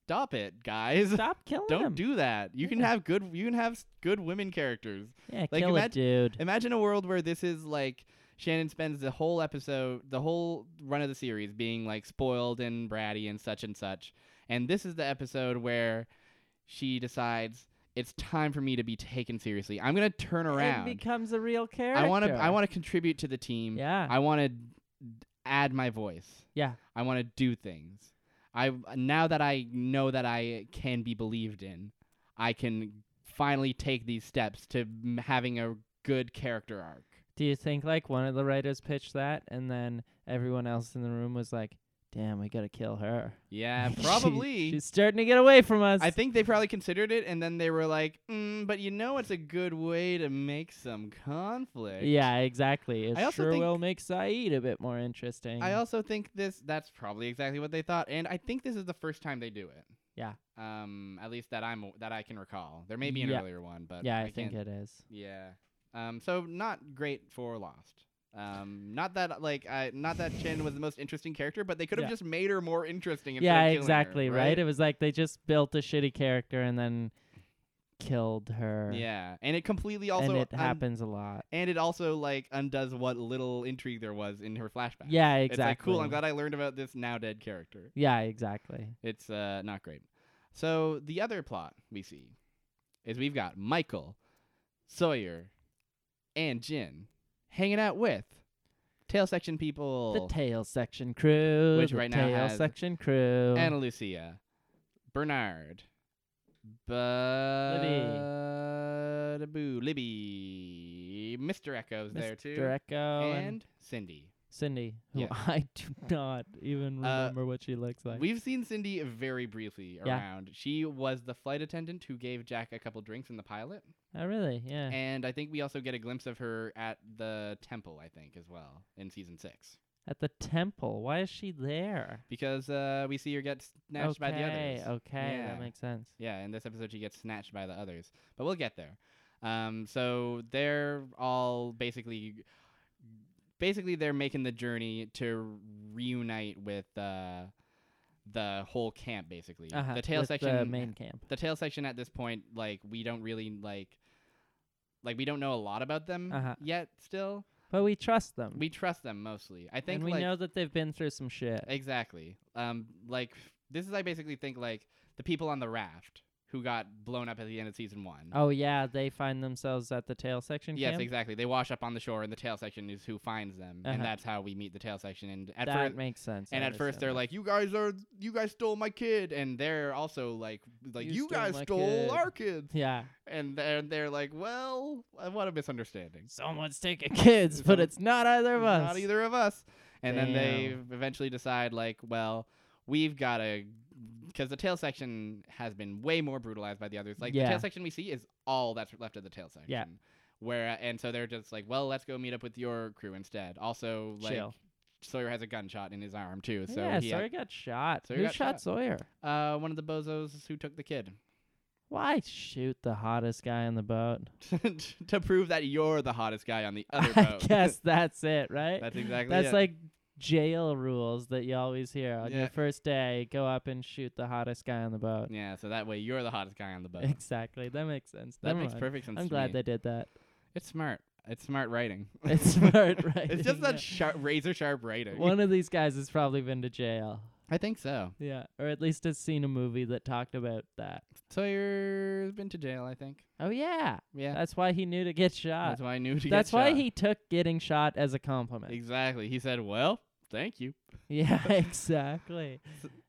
S1: stop it, guys.
S2: Stop killing
S1: Don't
S2: him.
S1: do that. You can
S2: Yeah.
S1: have good. You can have s- good women characters.
S2: yeah,
S1: like,
S2: kill
S1: imag-
S2: a dude.
S1: Imagine a world where this is like Shannon spends the whole episode, the whole run of the series being like spoiled and bratty and such and such. And this is the episode where she decides it's time for me to be taken seriously. I'm going to turn
S2: And
S1: around.
S2: becomes a real character.
S1: I want to I want to contribute to the team.
S2: Yeah.
S1: I want to add my voice.
S2: Yeah.
S1: I want to do things. I now that I know that I can be believed in, I can finally take these steps to m- having a good character arc.
S2: Do you think like one of the writers pitched that, and then everyone else in the room was like, "Damn, we gotta kill her."
S1: Yeah,
S2: She-
S1: Uh, probably.
S2: she's starting to get away from us.
S1: I think they probably considered it, and then they were like, mm, "But you know, it's a good way to make some conflict."
S2: Yeah, exactly. It
S1: I also
S2: sure
S1: think-
S2: will make Saeed a bit more interesting.
S1: I also think this that's probably exactly what they thought, and I think this is the first time they do it.
S2: Yeah.
S1: Um, at least that I'm that I can recall. There may be an
S2: Yeah.
S1: earlier one, but
S2: yeah, I,
S1: can't-
S2: think it is.
S1: Yeah. Um, so not great for Lost. Um, not that like I, not that Chin was the most interesting character, but they could have
S2: Yeah.
S1: just made her more interesting. instead
S2: Yeah,
S1: of killing her,
S2: exactly. right?
S1: right?
S2: It was like they just built a shitty character and then killed her.
S1: Yeah, and it completely also
S2: and it
S1: un-
S2: happens a lot.
S1: and it also like undoes what little intrigue there was in her flashback.
S2: Yeah,
S1: It's
S2: exactly.
S1: like cool. I'm glad I learned about this now dead character.
S2: Yeah, exactly.
S1: It's uh, not great. So the other plot we see is we've got Michael, Sawyer, and Jin hanging out with tail section people.
S2: The tail section crew.
S1: Which
S2: the
S1: right now
S2: tail
S1: has
S2: section crew.
S1: Anna Lucia, Bernard, but Boo, Libby, Mr. Echo's there too,
S2: Mr. Echo and,
S1: and Cindy.
S2: Cindy, who
S1: Yeah.
S2: I do not even
S1: Uh,
S2: remember what she looks like.
S1: We've seen Cindy very briefly
S2: Yeah.
S1: around. She was the flight attendant who gave Jack a couple drinks in the pilot,
S2: oh, really? Yeah.
S1: and I think we also get a glimpse of her at the temple. I think as well in season six
S2: At the temple. Why is she there?
S1: because uh, we see her get snatched by the
S2: Okay,
S1: others.
S2: Okay,
S1: Yeah.
S2: that makes sense.
S1: Yeah, in this episode, she gets snatched by the others, but we'll get there. Um, so they're all basically, basically they're making the journey to reunite with uh, the whole camp. Basically,
S2: Uh-huh,
S1: the tail
S2: with
S1: section,
S2: the main camp.
S1: the tail section at this point, like we don't really like, like we don't know a lot about them
S2: Uh-huh.
S1: yet. Still,
S2: But we trust them.
S1: we trust them mostly. I think
S2: and we
S1: like,
S2: know that they've been through some shit.
S1: Exactly. Um, like this is I basically think like the people on the raft who got blown up at the end of season one.
S2: Oh yeah, they find themselves at the tail section
S1: yes,
S2: camp.
S1: exactly. They wash up on the shore, and the tail section is who finds them,
S2: Uh-huh.
S1: and that's how we meet the tail section. And at
S2: that
S1: first,
S2: makes sense.
S1: and
S2: I
S1: at first
S2: understand
S1: they're
S2: that.
S1: like, "You guys are, you guys stole my kid," and they're also like, "Like
S2: You
S1: you,
S2: stole
S1: guys
S2: my
S1: stole
S2: kid."
S1: our kids,"
S2: yeah,
S1: and they're they're like, "Well, uh, what a misunderstanding."
S2: someone's taking kids, but
S1: Some-
S2: it's not either of us.
S1: Not either of us. And then they eventually decide, like, well, we've got to. Because the tail section has been way more brutalized by the others. Like, the
S2: Yeah.
S1: tail section we see is all that's left of the tail section.
S2: Yeah.
S1: Where, and so they're just like, well, let's go meet up with your crew instead. Also, like,
S2: Chill.
S1: Sawyer has a gunshot in his arm, too. So
S2: yeah,
S1: he
S2: Sawyer got shot.
S1: Sawyer
S2: Who
S1: got
S2: shot,
S1: shot.
S2: Sawyer?
S1: had, uh, one of the bozos who took the kid
S2: Why shoot the hottest guy on the boat?
S1: to prove that you're the hottest guy on the other
S2: I
S1: boat.
S2: guess that's it, right?
S1: That's exactly
S2: That's
S1: it.
S2: like jail rules that you always hear on
S1: Yeah.
S2: your first day. Go up and shoot the hottest guy on the boat.
S1: Yeah, so that way you're the hottest guy on the boat.
S2: Exactly. That makes sense.
S1: That
S2: Never
S1: makes
S2: mind.
S1: perfect sense.
S2: I'm
S1: to
S2: glad
S1: me.
S2: they did that.
S1: It's smart. It's smart writing.
S2: It's smart
S1: it's just
S2: writing, yeah.
S1: that sharp, razor sharp writing.
S2: One of these guys has probably been to jail.
S1: I think so.
S2: Yeah, or at least has seen a movie that talked about that.
S1: Sawyer's been to jail, I think.
S2: Oh yeah,
S1: Yeah.
S2: that's why he knew to get shot.
S1: That's why I knew to get
S2: That's why
S1: shot.
S2: he took getting shot as a compliment.
S1: Exactly. He said, "Well, thank you."
S2: yeah, exactly.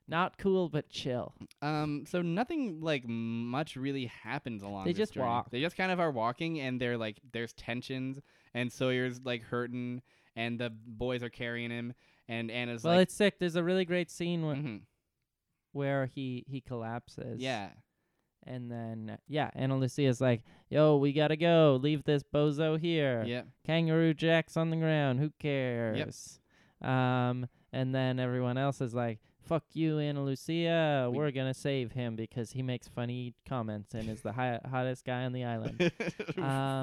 S2: Not cool, but chill.
S1: Um, so nothing like much really happens along.
S2: They
S1: this
S2: just
S1: journey.
S2: walk.
S1: They just kind of are walking, and they're like, there's tensions, and Sawyer's like hurting, and the boys are carrying him, and Anna's
S2: well,
S1: like,
S2: it's sick. There's a really great scene wh-
S1: Mhm.
S2: where he he collapses.
S1: yeah,
S2: and then yeah, Anna Lucia's like, "Yo, we gotta go. Leave this bozo here.
S1: yeah,
S2: Kangaroo Jack's on the ground. Who cares?" Um, and then everyone else is like, "Fuck you, Anna Lucia.
S1: We-
S2: We're gonna save him because he makes funny comments and is the hi- hottest guy on the island." Um,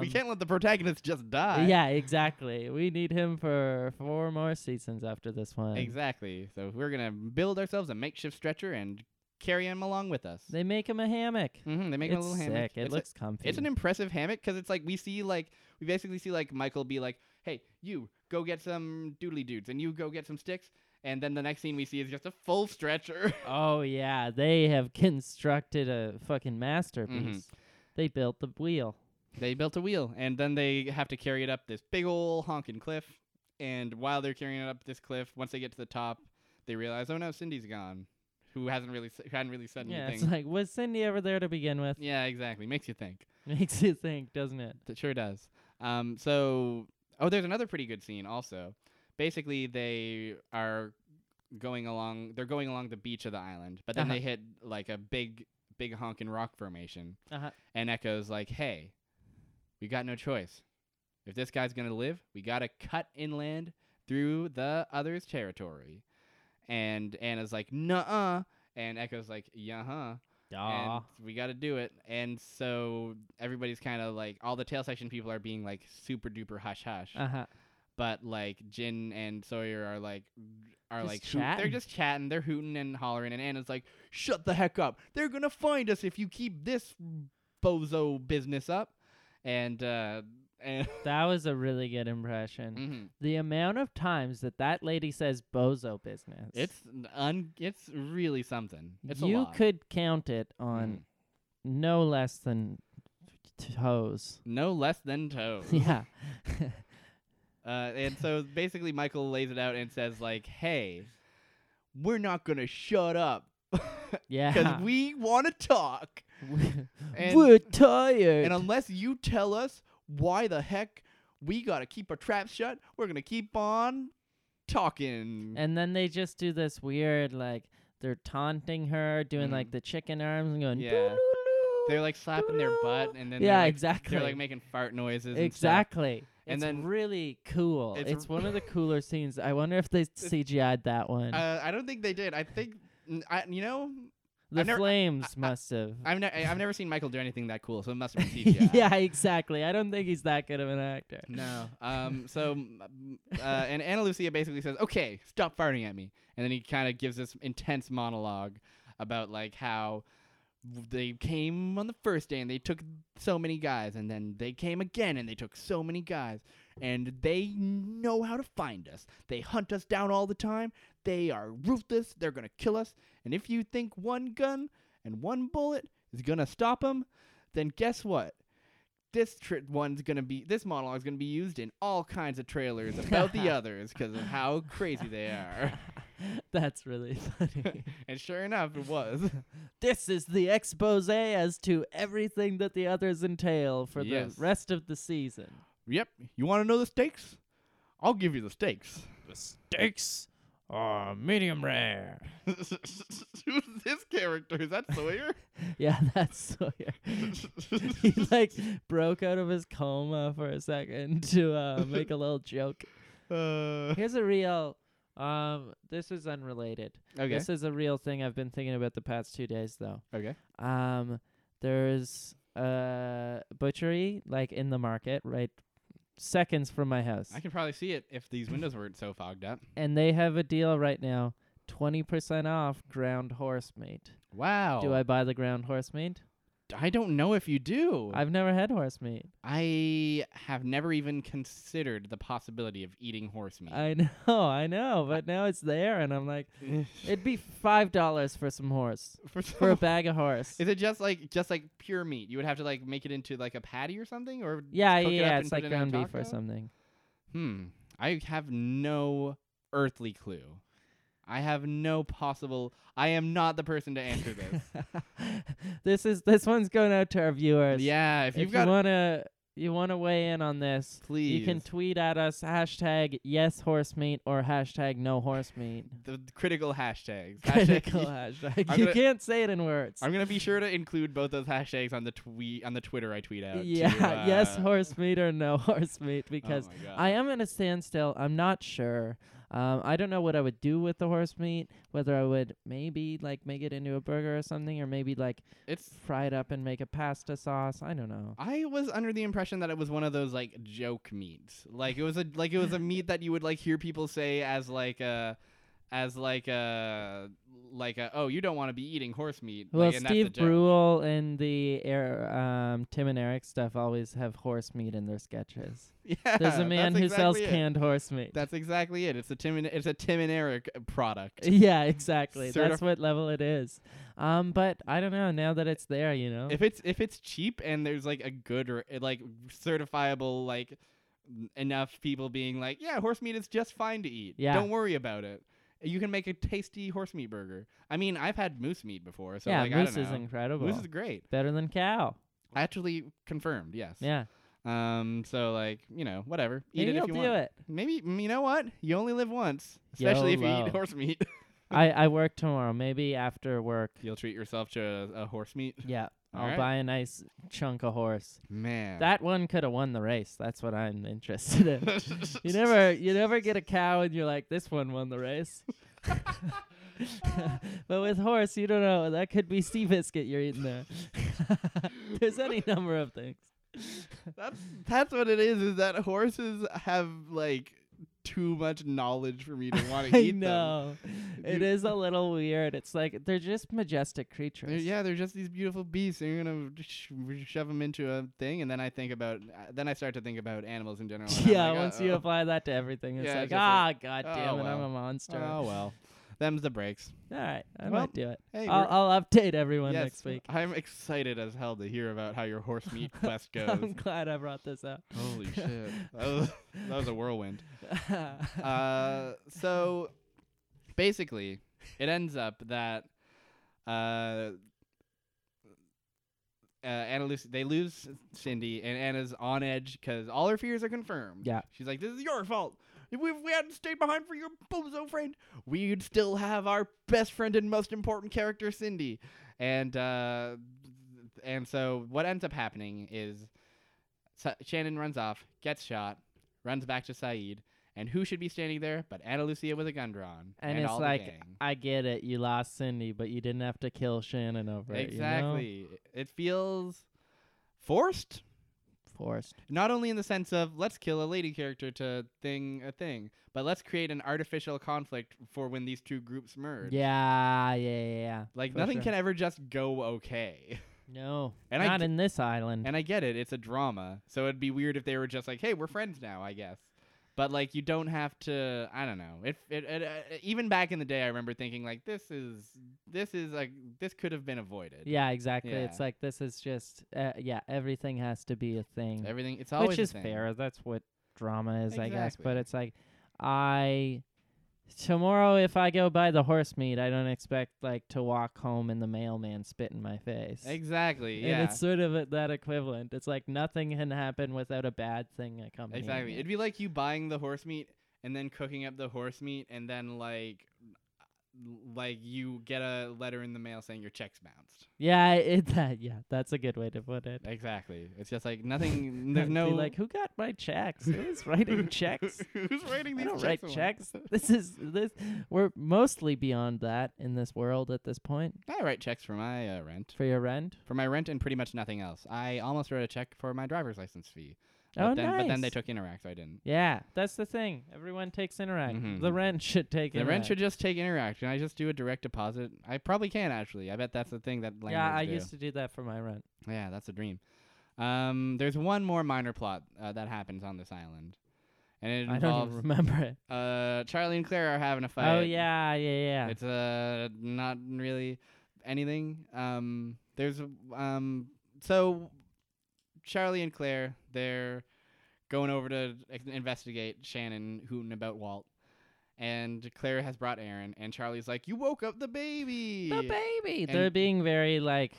S1: we can't let the protagonist just die.
S2: Yeah, exactly. We need him for four more seasons after this one.
S1: exactly. So we're gonna build ourselves a makeshift stretcher and carry him along with us.
S2: They make him a hammock.
S1: hmm They make
S2: it's
S1: him a little
S2: sick.
S1: hammock.
S2: It
S1: It's a-
S2: looks comfy.
S1: It's an impressive hammock because it's like we see like we basically see like Michael be like, "Hey, you go get some doodly dudes, and you go get some sticks." And then the next scene we see is just a full stretcher.
S2: oh yeah, they have constructed a fucking masterpiece.
S1: Mm-hmm.
S2: They built the wheel.
S1: they built a wheel, and then they have to carry it up this big ol' honking cliff. And while they're carrying it up this cliff, once they get to the top, they realize, "Oh no, Cindy's gone," who hasn't really s- who hadn't really said
S2: yeah, it's
S1: anything.
S2: like was Cindy ever there to begin with?
S1: yeah, exactly. Makes you think.
S2: Makes you think, doesn't it?
S1: It sure does. Um, so, oh, there's another pretty good scene also. Basically, they are going along. They're going along the beach of the island, but then
S2: Uh-huh.
S1: they hit like a big, big honking rock formation,
S2: Uh-huh.
S1: and Echo's like, "Hey, we got no choice. If this guy's gonna live, we gotta cut inland through the other's territory." And Anna's like, "Nuh-uh," and Echo's like, "Yeah-huh."
S2: Aw.
S1: and we got to do it. And so everybody's kind of like, all the tail section people are being like super duper hush hush,
S2: Uh-huh.
S1: but like Jin and Sawyer are like, are
S2: Just
S1: like, hoot- they're
S2: chatting.
S1: just chatting, they're hooting and hollering, and Anna's like, shut the heck up, they're gonna find us if you keep this bozo business up, and uh, and
S2: That was a really good impression.
S1: Mhm.
S2: The amount of times that that lady says bozo business.
S1: it's un, it's really something. It's a
S2: you
S1: lot.
S2: could count it on
S1: Mhm.
S2: no less than toes.
S1: no less than toes.
S2: yeah.
S1: Uh, and so basically, Michael lays it out and says, like, hey, we're not going to shut up because
S2: yeah.
S1: we want to talk. and-
S2: Uh-huh. We're tired.
S1: And unless you tell us why the heck we got to keep our traps shut, we're going to keep on talking.
S2: And then they just do this weird, like, they're taunting her, doing like the chicken arms and going,
S1: Mm. Yeah.
S2: "Doo-doo-doo."
S1: they're like slapping their butt and then
S2: yeah,
S1: they're, like,
S2: exactly.
S1: they're like making fart noises. and stuff.
S2: exactly.
S1: And
S2: it's
S1: then-
S2: really cool.
S1: It's
S2: It's,
S1: r-
S2: one of the cooler scenes. I wonder if they CGI'd that one.
S1: Uh, I don't think they did. I think. n- I, you know,
S2: the
S1: I've never- I-
S2: flames
S1: I-
S2: must have.
S1: I've, ne- I've never seen Michael do anything that cool, so it must have been CGI.
S2: yeah, exactly. I don't think he's that good of an actor.
S1: No. Um. So, m- uh, and Anna Lucia basically says, "Okay, stop farting at me," and then he kind of gives this intense monologue about like how they came on the first day and they took so many guys, and then they came again and they took so many guys, and they know how to find us. They hunt us down all the time. They are ruthless. They're gonna kill us. And if you think one gun and one bullet is gonna stop them, then guess what? this tri- one's gonna be this monologue is gonna be used in all kinds of trailers about the others because of how crazy they are.
S2: That's really funny.
S1: and sure enough, it was.
S2: this is the expose as to everything that the others entail for
S1: Yes.
S2: the rest of the season.
S1: Yep. You want to know the stakes? I'll give you the stakes.
S3: The steaks are medium rare.
S1: Who's this character? Is that Sawyer?
S2: Yeah, that's Sawyer. he like broke out of his coma for a second to uh, make a little joke.
S1: uh,
S2: Here's a real. Um, this is unrelated.
S1: okay.
S2: This is a real thing I've been thinking about the past two days, though.
S1: Okay.
S2: Um, there's a butchery like in the market, right, seconds from my house,
S1: I can probably see it if these windows weren't so fogged up.
S2: and they have a deal right now, twenty percent off ground horse meat.
S1: Wow.
S2: Do I buy the ground horse meat?
S1: I don't know if you do.
S2: I've never had horse meat.
S1: I have never even considered the possibility of eating horse meat.
S2: I know, I know, but now it's there, and I'm like, it'd be five dollars for some horse,
S1: for,
S2: for a
S1: some-
S2: bag of horse.
S1: Is it just like just like pure meat? You would have to like make it into like a patty or something, or
S2: Yeah,
S1: cook it
S2: yeah,
S1: up and put
S2: it's like
S1: it in a
S2: ground beef or
S1: taco?
S2: something.
S1: hmm. I have no earthly clue. I have no possible. I am not the person to answer this.
S2: this is this one's going out to our viewers.
S1: yeah, if
S2: if,
S1: you've
S2: you
S1: got,
S2: wanna you wanna weigh in on this,
S1: please,
S2: you can tweet at us hashtag yes horse meat or hashtag no horse meat.
S1: the critical hashtags. Hashtag-
S2: Critical hashtag.
S1: I'm
S2: you
S1: gonna-
S2: can't say it in words.
S1: I'm gonna be sure to include both those hashtags on the tweet on the Twitter I tweet out. to,
S2: yeah, yes
S1: uh,
S2: horse meat or no horse meat
S1: oh
S2: because
S1: my God.
S2: I am at a standstill. I'm not sure. Um, I don't know what I would do with the horse meat. Whether I would maybe like make it into a burger or something, or maybe like
S1: It's.
S2: fry it up and make a pasta sauce. I don't know.
S1: I was under the impression that it was one of those like joke meats. Like it was a like it was a meat that you would like hear people say as like a as like a like a oh you don't want to be eating horse meat.
S2: Well,
S1: like, and that's the
S2: Steve
S1: joke.
S2: Brule and the air, um, Tim and Eric stuff always have horse meat in their sketches.
S1: Yeah,
S2: There's a man
S1: that's
S2: who sells
S1: exactly it.
S2: canned horse meat.
S1: That's exactly it. It's a Tim and it's a Tim and Eric product.
S2: yeah, exactly.
S1: Certif-
S2: That's what level it is. Um, but I don't know. Now that it's there, you know,
S1: if it's if it's cheap and there's like a good or like certifiable like n- enough people being like yeah horse meat is just fine to eat
S2: Yeah.
S1: don't worry about it you can make a tasty horse meat burger i mean i've had moose meat before so
S2: yeah,
S1: like
S2: moose
S1: i
S2: is
S1: don't know
S2: incredible.
S1: moose is great
S2: Better than cow.
S1: actually confirmed yes
S2: Yeah,
S1: um so like you know whatever eat
S2: maybe
S1: it
S2: you'll
S1: if you
S2: do
S1: want
S2: it.
S1: maybe mm, you know what you only live once especially if you
S2: YOLO.
S1: eat horse meat
S2: I I work tomorrow. Maybe after work.
S1: you'll treat yourself to a, a horse meat
S2: Yeah, I'll
S1: Alright.
S2: buy a nice chunk of horse.
S1: man
S2: That one could have won the race. That's what I'm interested in. You never you never get a cow and you're like, this one won the race. but with horse, you don't know. That could be sea biscuit you're eating there. There's any number of things.
S1: That's that's what it is. Is that horses have like too much knowledge for me to want to
S2: I
S1: eat them.
S2: know. It
S1: You-
S2: is a little weird. It's like they're just majestic
S1: They're-
S2: creatures.
S1: yeah, they're just these beautiful beasts. And you're gonna sh- shove them into a thing, and then I think about, uh, then I start to think about animals in general. and I'm
S2: Yeah,
S1: like,
S2: once you
S1: "Uh-oh."
S2: apply that to everything, it's
S1: Oh, Yeah,
S2: like,
S1: it's just
S2: ah,
S1: like,
S2: god
S1: oh,
S2: damn it, I'm
S1: well.
S2: a monster.
S1: Oh well, them's the breaks.
S2: All right, I
S1: Well,
S2: might do it.
S1: Hey, we're-
S2: I'll, I'll update everyone
S1: yes,
S2: next week.
S1: I'm excited as hell to hear about how your horse meat quest
S2: I'm
S1: goes.
S2: glad I brought this up.
S1: Holy shit, that was that was a whirlwind. uh, so basically, it ends up that uh, uh, Anna lose, they lose Cindy, and Anna's on edge because all her fears are confirmed.
S2: Yeah.
S1: she's like, "This is your fault. If we, if we hadn't stayed behind for your bozo friend, we'd still have our best friend and most important character, Cindy." And uh, and so what ends up happening is Sa- Shannon runs off, gets shot, runs back to Saeed, and who should be standing there but Anna Lucia with a gun drawn
S2: And it's
S1: all the
S2: like,
S1: gang.
S2: I get it. You lost Cindy, but you didn't have to kill Shannon over it. you know?
S1: exactly. It feels forced,
S2: Forced.
S1: not only in the sense of let's kill a lady character to thing a thing, but let's create an artificial conflict for when these two groups merge.
S2: Yeah, yeah, yeah, yeah.
S1: Like
S2: for
S1: nothing
S2: sure.
S1: can ever just go okay.
S2: No,
S1: And I
S2: not
S1: g-
S2: in this island.
S1: And I get it, it's a drama. So it'd be weird if they were just like, "Hey, we're friends now," I guess. But like you don't have to, I don't know. It, it, it uh, even back in the day I remember thinking like this is this is like this could have been avoided.
S2: yeah, exactly.
S1: Yeah.
S2: It's like this is just, uh, yeah, everything has to be a thing,
S1: Everything it's always
S2: which
S1: a
S2: is
S1: thing.
S2: fair. That's what drama is, I guess. But
S1: Exactly.
S2: it's like, I tomorrow if I go buy the horse meat, I don't expect like to walk home and the mailman spit in my face.
S1: Exactly. Yeah.
S2: And it's sort of a, that equivalent. It's like nothing can happen without a bad thing accompanying
S1: exactly.
S2: it.
S1: It'd be like you buying the horse meat and then cooking up the horse meat and then like like you get a letter in the mail saying your check's bounced.
S2: yeah, it, that, yeah, that's a good way to put it.
S1: Exactly. It's just like nothing
S2: I'd
S1: there's
S2: be
S1: no
S2: like who got my checks? Who's writing checks?
S1: Who's writing
S2: I
S1: these
S2: don't
S1: checks?
S2: write
S1: away?
S2: checks. This is this. We're mostly beyond that in this world at this point
S1: I write checks for my uh, rent,
S2: for your rent.
S1: for my rent and pretty much nothing else. I almost wrote a check for my driver's license fee. But
S2: oh,
S1: then,
S2: nice.
S1: But then they took Interact, so I didn't.
S2: Yeah, that's the thing. Everyone takes Interact.
S1: Mhm.
S2: The rent should take
S1: The
S2: Interact.
S1: rent should just take Interact. Can I just do a direct deposit? I probably can actually. I bet that's the thing that landlords
S2: Yeah, I
S1: do.
S2: used to do that for my rent.
S1: Yeah, that's a dream. Um, there's one more minor plot uh, that happens on this island, and it
S2: I don't
S1: involves
S2: even remember it.
S1: uh, Charlie and Claire are having a fight.
S2: Oh yeah, yeah, yeah.
S1: It's uh not really anything. Um, there's a- um so Charlie and Claire they're going over to ex- investigate Shannon hooting about Walt, and Claire has brought Aaron, and Charlie's like, "You woke up the baby,
S2: the baby. They're
S1: and-
S2: being very like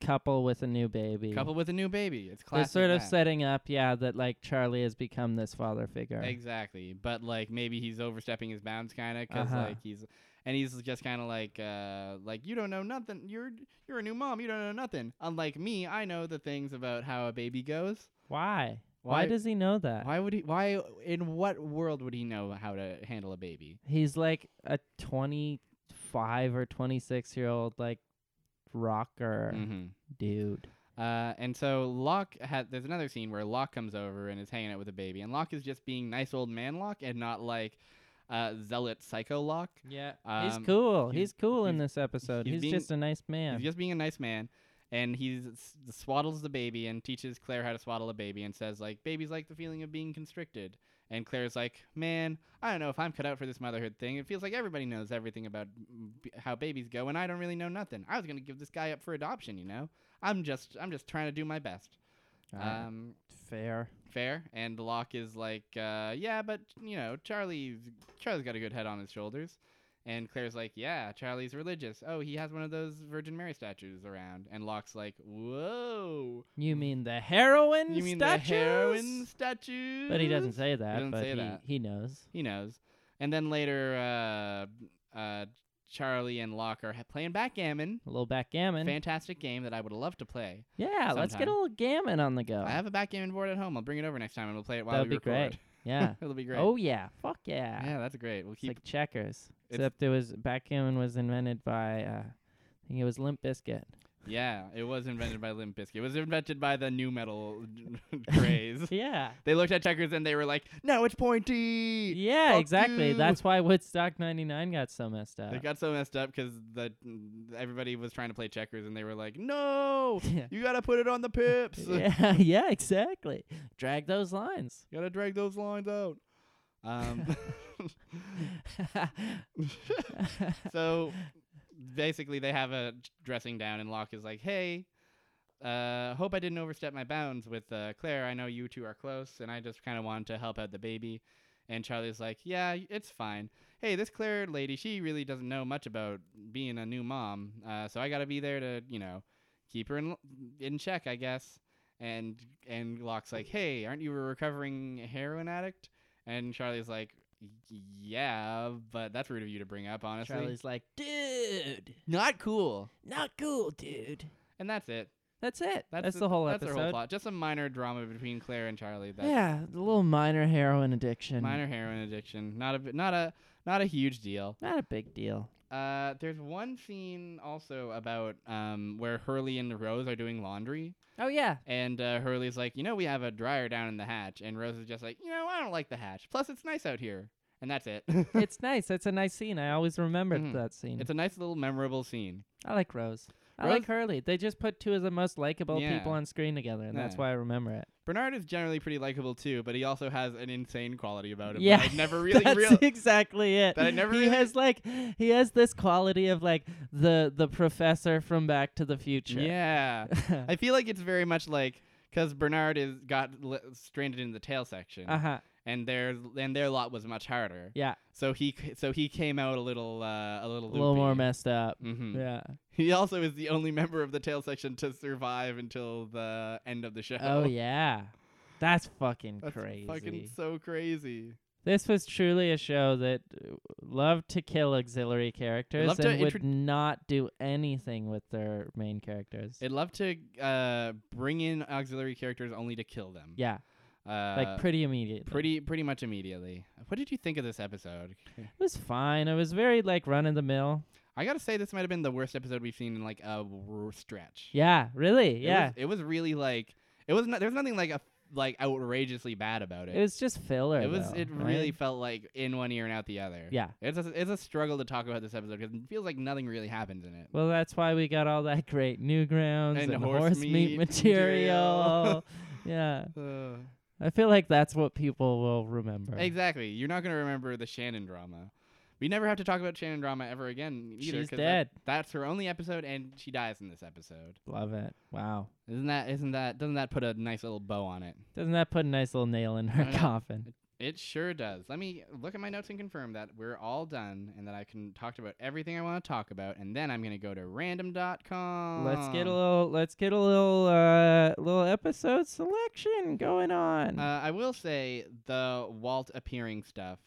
S2: couple with a new baby.
S1: couple with a new baby." It's
S2: They're
S1: classic.
S2: sort of
S1: that.
S2: setting up, yeah, that like Charlie has become this father figure.
S1: Exactly, but like maybe he's overstepping his bounds, kind of, because
S2: Uh-huh.
S1: like he's and he's just kind of like uh like you don't know nothing. You're you're a new mom. You don't know nothing. Unlike me, I know the things about how a baby goes.
S2: Why? Why?
S1: Why-
S2: does he know that?
S1: Why would he? Why in what world would he know how to handle a baby?
S2: He's like a 25 or 26 year old like rocker
S1: hmm
S2: dude.
S1: Uh, and so Locke had. There's another scene where Locke comes over and is hanging out with a baby, and Locke is just being nice old man Locke and not like uh, zealot psycho Locke.
S2: Yeah. he's
S1: Um,
S2: cool. He's,
S1: he's-
S2: cool in
S1: he's-
S2: this episode.
S1: he's
S2: He's,
S1: being-
S2: just a nice man.
S1: He's just being a nice man, and he swaddles the baby and teaches Claire how to swaddle a baby and says like, "Babies like the feeling of being constricted." And Claire's like, "Man, I don't know if I'm cut out for this motherhood thing. It feels like everybody knows everything about mm, b- how babies go, and I don't really know nothing. I was gonna give this guy up for adoption, you know. I'm just, I'm just trying to do my best."
S2: Ah,
S1: Um,
S2: fair.
S1: fair. And Locke is like, uh, "Yeah, but you know, Charlie's Charlie's got a good head on his shoulders." And Claire's like, yeah, Charlie's religious. Oh, he has one of those Virgin Mary statues around. And Locke's like, whoa.
S2: You mean the heroin
S1: You mean
S2: statues?
S1: the heroin statues?
S2: But he doesn't say that.
S1: doesn't
S2: but
S1: say
S2: he,
S1: that.
S2: he knows.
S1: He knows. And then later, uh, uh, Charlie and Locke are ha- playing backgammon.
S2: A little backgammon.
S1: Fantastic game that I would love to play.
S2: yeah, let's get
S1: sometime.
S2: a little gammon on the go.
S1: I have a backgammon board at home. I'll bring it over next time and we'll play it while
S2: Oh. That'd
S1: we
S2: be great.
S1: record.
S2: yeah.
S1: It'll be great.
S2: Oh yeah. Fuck yeah.
S1: yeah, that's great. We'll
S2: It's
S1: keep.
S2: like checkers.
S1: It's-
S2: Except it was backgammon was invented by uh, I think it was Limp Biscuit.
S1: yeah, it was invented by Limp Bizkit. It was invented by the new metal craze.
S2: Yeah.
S1: They looked at checkers and they were like, "No, it's pointy."
S2: Yeah,
S1: Fuck
S2: exactly.
S1: you.
S2: That's why Woodstock 99 got so messed up.
S1: They got so messed up because the everybody was trying to play checkers and they were like, "No,
S2: yeah.
S1: you gotta put it on the pips.
S2: yeah, yeah, exactly. Drag those lines.
S1: gotta drag those lines out." Um, so basically, they have a dressing down, and Locke is like, "Hey." Uh, hope I didn't overstep my bounds with uh, Claire. I know you two are close, and I just kind of wanted to help out the baby. And Charlie's like, "Yeah, y- it's fine. Hey, this Claire lady, she really doesn't know much about being a new mom, uh, so I gotta be there to, you know, keep her in l- in check, I guess." And and Locke's like, "Hey, aren't you a recovering heroin addict?" And Charlie's like, "Y- "Yeah, but that's rude of you to bring up, honestly.
S2: Charlie's like, dude,
S1: Not cool."
S2: not cool, dude.
S1: And that's it.
S2: That's it. That's,
S1: That's,
S2: the whole
S1: that's
S2: episode.
S1: Their whole plot. Just a minor drama between Claire and Charlie. That's
S2: yeah, a little minor heroin addiction.
S1: Minor heroin addiction. Not a bi- not a not a huge deal.
S2: Not a big deal.
S1: Uh, there's one scene also about um, where Hurley and Rose are doing laundry,
S2: Oh yeah.
S1: and uh, Hurley's like, you know, we have a dryer down in the hatch, and Rose is just like, you know, I don't like the hatch. Plus, it's nice out here, and that's it.
S2: it's nice. That's a nice scene. I always remembered
S1: Mhm.
S2: that scene.
S1: it's a nice little memorable scene.
S2: I like Rose. I like
S1: Rose-
S2: Hurley. They just put two of the most likable
S1: Yeah.
S2: people on screen together, and that's
S1: Yeah.
S2: why I remember it.
S1: Bernard is generally pretty likable too, but he also has an insane quality about him.
S2: Yeah,
S1: that I never really
S2: that's
S1: real.
S2: exactly it.
S1: that I never
S2: he
S1: really-
S2: has like he has this quality of like the the professor from Back to the Future.
S1: Yeah, I feel like it's very much like because Bernard is got l- stranded in the tail section,
S2: uh huh.
S1: and their and their lot was much harder.
S2: Yeah.
S1: So he c- so he came out a little uh, a little
S2: A little more
S1: loopy.
S2: messed up.
S1: Mhm.
S2: Yeah.
S1: He also is the only member of the tail section to survive until the end of the show.
S2: Oh yeah. That's fucking
S1: That's
S2: crazy.
S1: fucking so crazy.
S2: This was truly a show that uh, loved to kill auxiliary characters
S1: Loved to
S2: and would
S1: introdu-
S2: not do anything with their main characters.
S1: I'd love to uh, bring in auxiliary characters only to kill them.
S2: yeah,
S1: Uh,
S2: like pretty immediately.
S1: pretty pretty much immediately. What did you think of this episode?
S2: It was fine. It was very like run of the mill.
S1: I gotta say this might have been the worst episode we've seen in like a r- stretch.
S2: Yeah, really.
S1: It
S2: Yeah.
S1: was- it was, really like it was. No, there was nothing like a like outrageously bad about it.
S2: It was just filler.
S1: It was.
S2: though,
S1: It really
S2: right?
S1: felt like in one ear and out the other.
S2: Yeah.
S1: It's a, it's a struggle to talk about this episode because it feels like nothing really happens in it.
S2: Well, that's why we got all that great newgrounds
S1: And
S2: and,
S1: horse
S2: horse,
S1: meat
S2: meat,
S1: material.
S2: material. yeah, I feel like that's what people will remember.
S1: Exactly. You're not going to remember the Shannon drama. We never have to talk about Shannon drama ever again. Either,
S2: She's
S1: 'cause that-
S2: dead.
S1: that's her only episode, and she dies in this episode.
S2: Love it. Wow.
S1: Isn't that? Isn't that? Doesn't that put a nice little bow on it?
S2: Doesn't that put a nice little nail in her
S1: I know.
S2: coffin?
S1: It sure does. Let me look at my notes and confirm that we're all done and that I can talk about everything I want to talk about. And then I'm going to go to random.com.
S2: Let's get a little. Let's get a little. Uh, little episode selection going on.
S1: Uh, I will say the Walt appearing stuff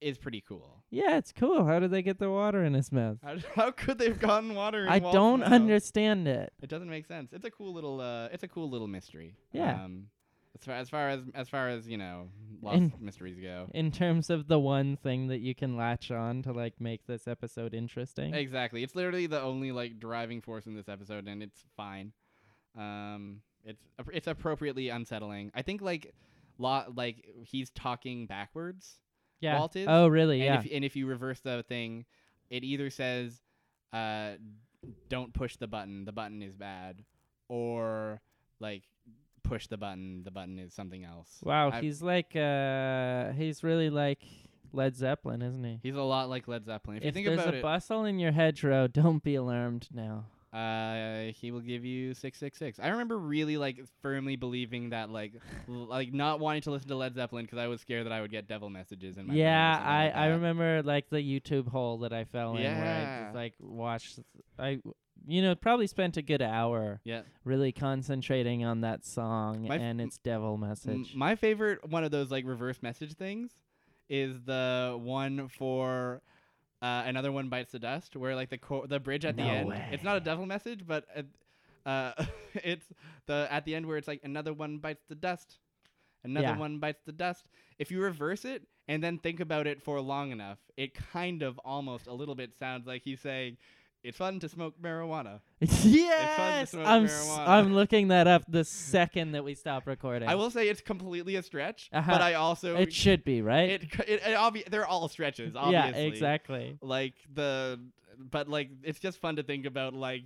S1: is pretty cool.
S2: yeah, it's cool. How did they get the water in his mouth?
S1: How, how could they have gotten water? In
S2: I
S1: Walt's
S2: don't
S1: mouth?
S2: understand it.
S1: It doesn't make sense. It's a cool little. Uh, it's a cool little mystery.
S2: Yeah.
S1: Um, as far as far as as far as you know, lost
S2: And-
S1: mysteries go.
S2: In terms of the one thing that you can latch on to, like make this episode interesting.
S1: Exactly. It's literally the only like driving force in this episode, and it's fine. Um, it's ap- it's appropriately unsettling. I think like lot like he's talking backwards.
S2: yeah.
S1: Walt is,
S2: oh, really?
S1: And
S2: yeah.
S1: if and if you reverse the thing, it either says, uh, "Don't push the button. The button is bad," or like, "Push the button. The button is something else."
S2: Wow,
S1: I've-
S2: he's like uh he's really like Led Zeppelin, isn't he?
S1: He's a lot like Led Zeppelin. If,
S2: if
S1: you think
S2: there's
S1: about
S2: a
S1: it,
S2: bustle in your hedgerow, don't be alarmed now.
S1: Uh, he will give you six six six. I remember really like firmly believing that, like, l- like not wanting to listen to Led Zeppelin because I was scared that I would get devil messages in my. phone or
S2: yeah,
S1: something
S2: I
S1: like
S2: I
S1: that.
S2: remember like the YouTube hole that I fell in where I
S1: Yeah.
S2: just like watched I you know probably spent a good hour
S1: Yeah,
S2: really concentrating on that song
S1: My f-
S2: and its devil
S1: M-
S2: message.
S1: my favorite one of those like reverse message things is the one for. Uh, another one bites the dust, where like the co- the bridge at the
S2: No
S1: end.
S2: way.
S1: It's not a devil message, but uh, uh, it's the at the end where it's like another one bites the dust, another
S2: Yeah.
S1: one bites the dust. If you reverse it and then think about it for long enough, it kind of almost a little bit sounds like he's saying, "It's fun to smoke marijuana."
S2: yes,
S1: smoke
S2: I'm s-
S1: marijuana.
S2: I'm looking that up the second that we stop recording.
S1: I will say it's completely a stretch,
S2: Uh-huh.
S1: but I also
S2: it should be right.
S1: it, c- it, it obvi- they're all stretches
S2: yeah,
S1: obviously
S2: exactly.
S1: like the but like it's just fun to think about like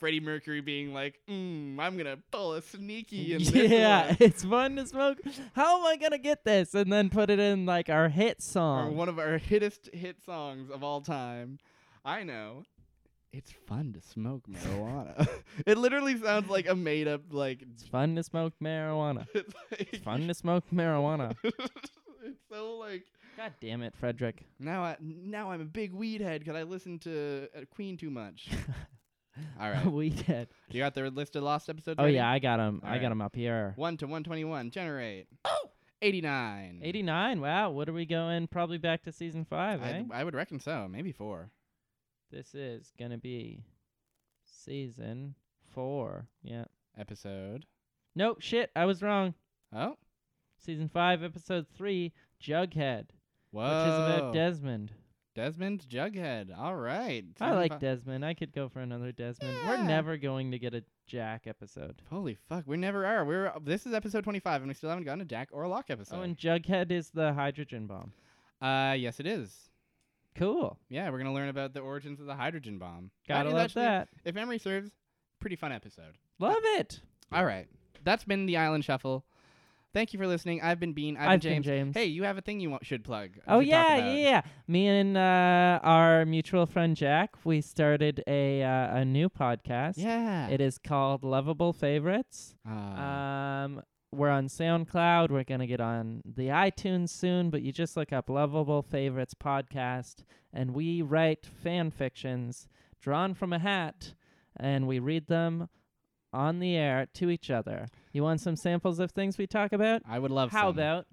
S1: freddie mercury being like mm, i'm gonna pull a sneaky in this
S2: Yeah,
S1: one,"
S2: it's fun to smoke. How am I gonna get this? And then put it in like our hit
S1: or
S2: song.
S1: one of our hittest hit songs of all time i know it's fun to smoke marijuana it literally sounds like a made-up like
S2: It's fun to smoke marijuana.
S1: it's, like,
S2: It's fun to smoke marijuana.
S1: it's so like
S2: God damn it, Frederick.
S1: now i now i'm a big weed head because i listen to uh, queen too much all right
S2: we did.
S1: you got the list of lost episodes
S2: Oh
S1: ready?
S2: yeah, I got him. I
S1: Alright.
S2: got him up here.
S1: 1 to 121. Generate. Oh! 89.
S2: 89. Wow. What are we going? Probably back to season five, eh?
S1: I, I would reckon so. Maybe four.
S2: This is gonna be season four. Yeah.
S1: Episode.
S2: No shit. I was wrong.
S1: Oh.
S2: Season five, episode three, Jughead,
S1: Whoa.
S2: which is about Desmond.
S1: Desmond's Jughead. All right.
S2: I like
S1: Desmond.
S2: Desmond. I could go for another Desmond. We're
S1: Yeah.
S2: never going to get a Jack episode.
S1: Holy fuck. We never are. We're This is episode 25, and we still haven't gotten a Jack or Locke episode.
S2: Oh, and Jughead is the hydrogen bomb.
S1: uh, yes, it is.
S2: Cool.
S1: Yeah, we're going to learn about the origins of the hydrogen bomb.
S2: Gotta
S1: is
S2: love
S1: actually-
S2: that.
S1: If memory serves, pretty fun episode.
S2: Love it.
S1: All right. That's been the Island Shuffle. Thank you for listening. I've been Bean. I've,
S2: I've
S1: been
S2: been
S1: James.
S2: James.
S1: Hey, you have a thing you want, should plug. you
S2: Oh
S1: should talk
S2: yeah,
S1: about.
S2: yeah, yeah. Me and uh, our mutual friend Jack, we started a uh, a new podcast.
S1: Yeah.
S2: It is called Lovable Favorites.
S1: Ah.
S2: Um, we're on SoundCloud. We're gonna get on the iTunes soon, but you just look up "Lovable Favorites" podcast, and we write fan fictions drawn from a hat, and we read them on the air to each other. You want some samples of things we talk about?
S1: I would love
S2: How
S1: some.
S2: about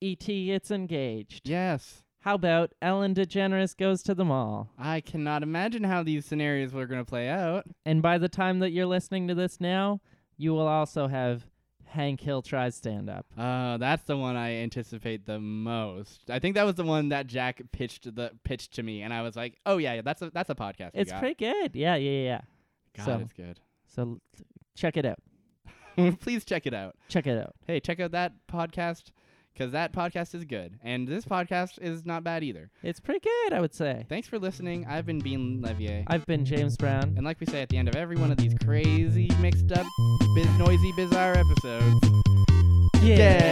S2: E.T. It's engaged?
S1: Yes.
S2: How about Ellen DeGeneres goes to the mall?
S1: I cannot imagine how these scenarios were going to play out.
S2: And by the time that you're listening to this now, you will also have Hank Hill tries stand up.
S1: Uh, that's the one I anticipate the most. I think that was the one that Jack pitched the pitched to me, and I was like, "Oh yeah, yeah that's a that's a podcast." you
S2: It's
S1: got.
S2: pretty good. Yeah, yeah, yeah.
S1: God,
S2: so-
S1: it's good.
S2: So l- check it out.
S1: please check it out.
S2: Check it out.
S1: Hey, check out that podcast because that podcast is good, and this podcast is not bad either.
S2: It's pretty good, I would say.
S1: Thanks for listening. I've been Bean Levier.
S2: I've been James Brown.
S1: And like we say at the end of every one of these crazy, mixed up, biz- noisy, bizarre episodes, yeah.
S2: Oh,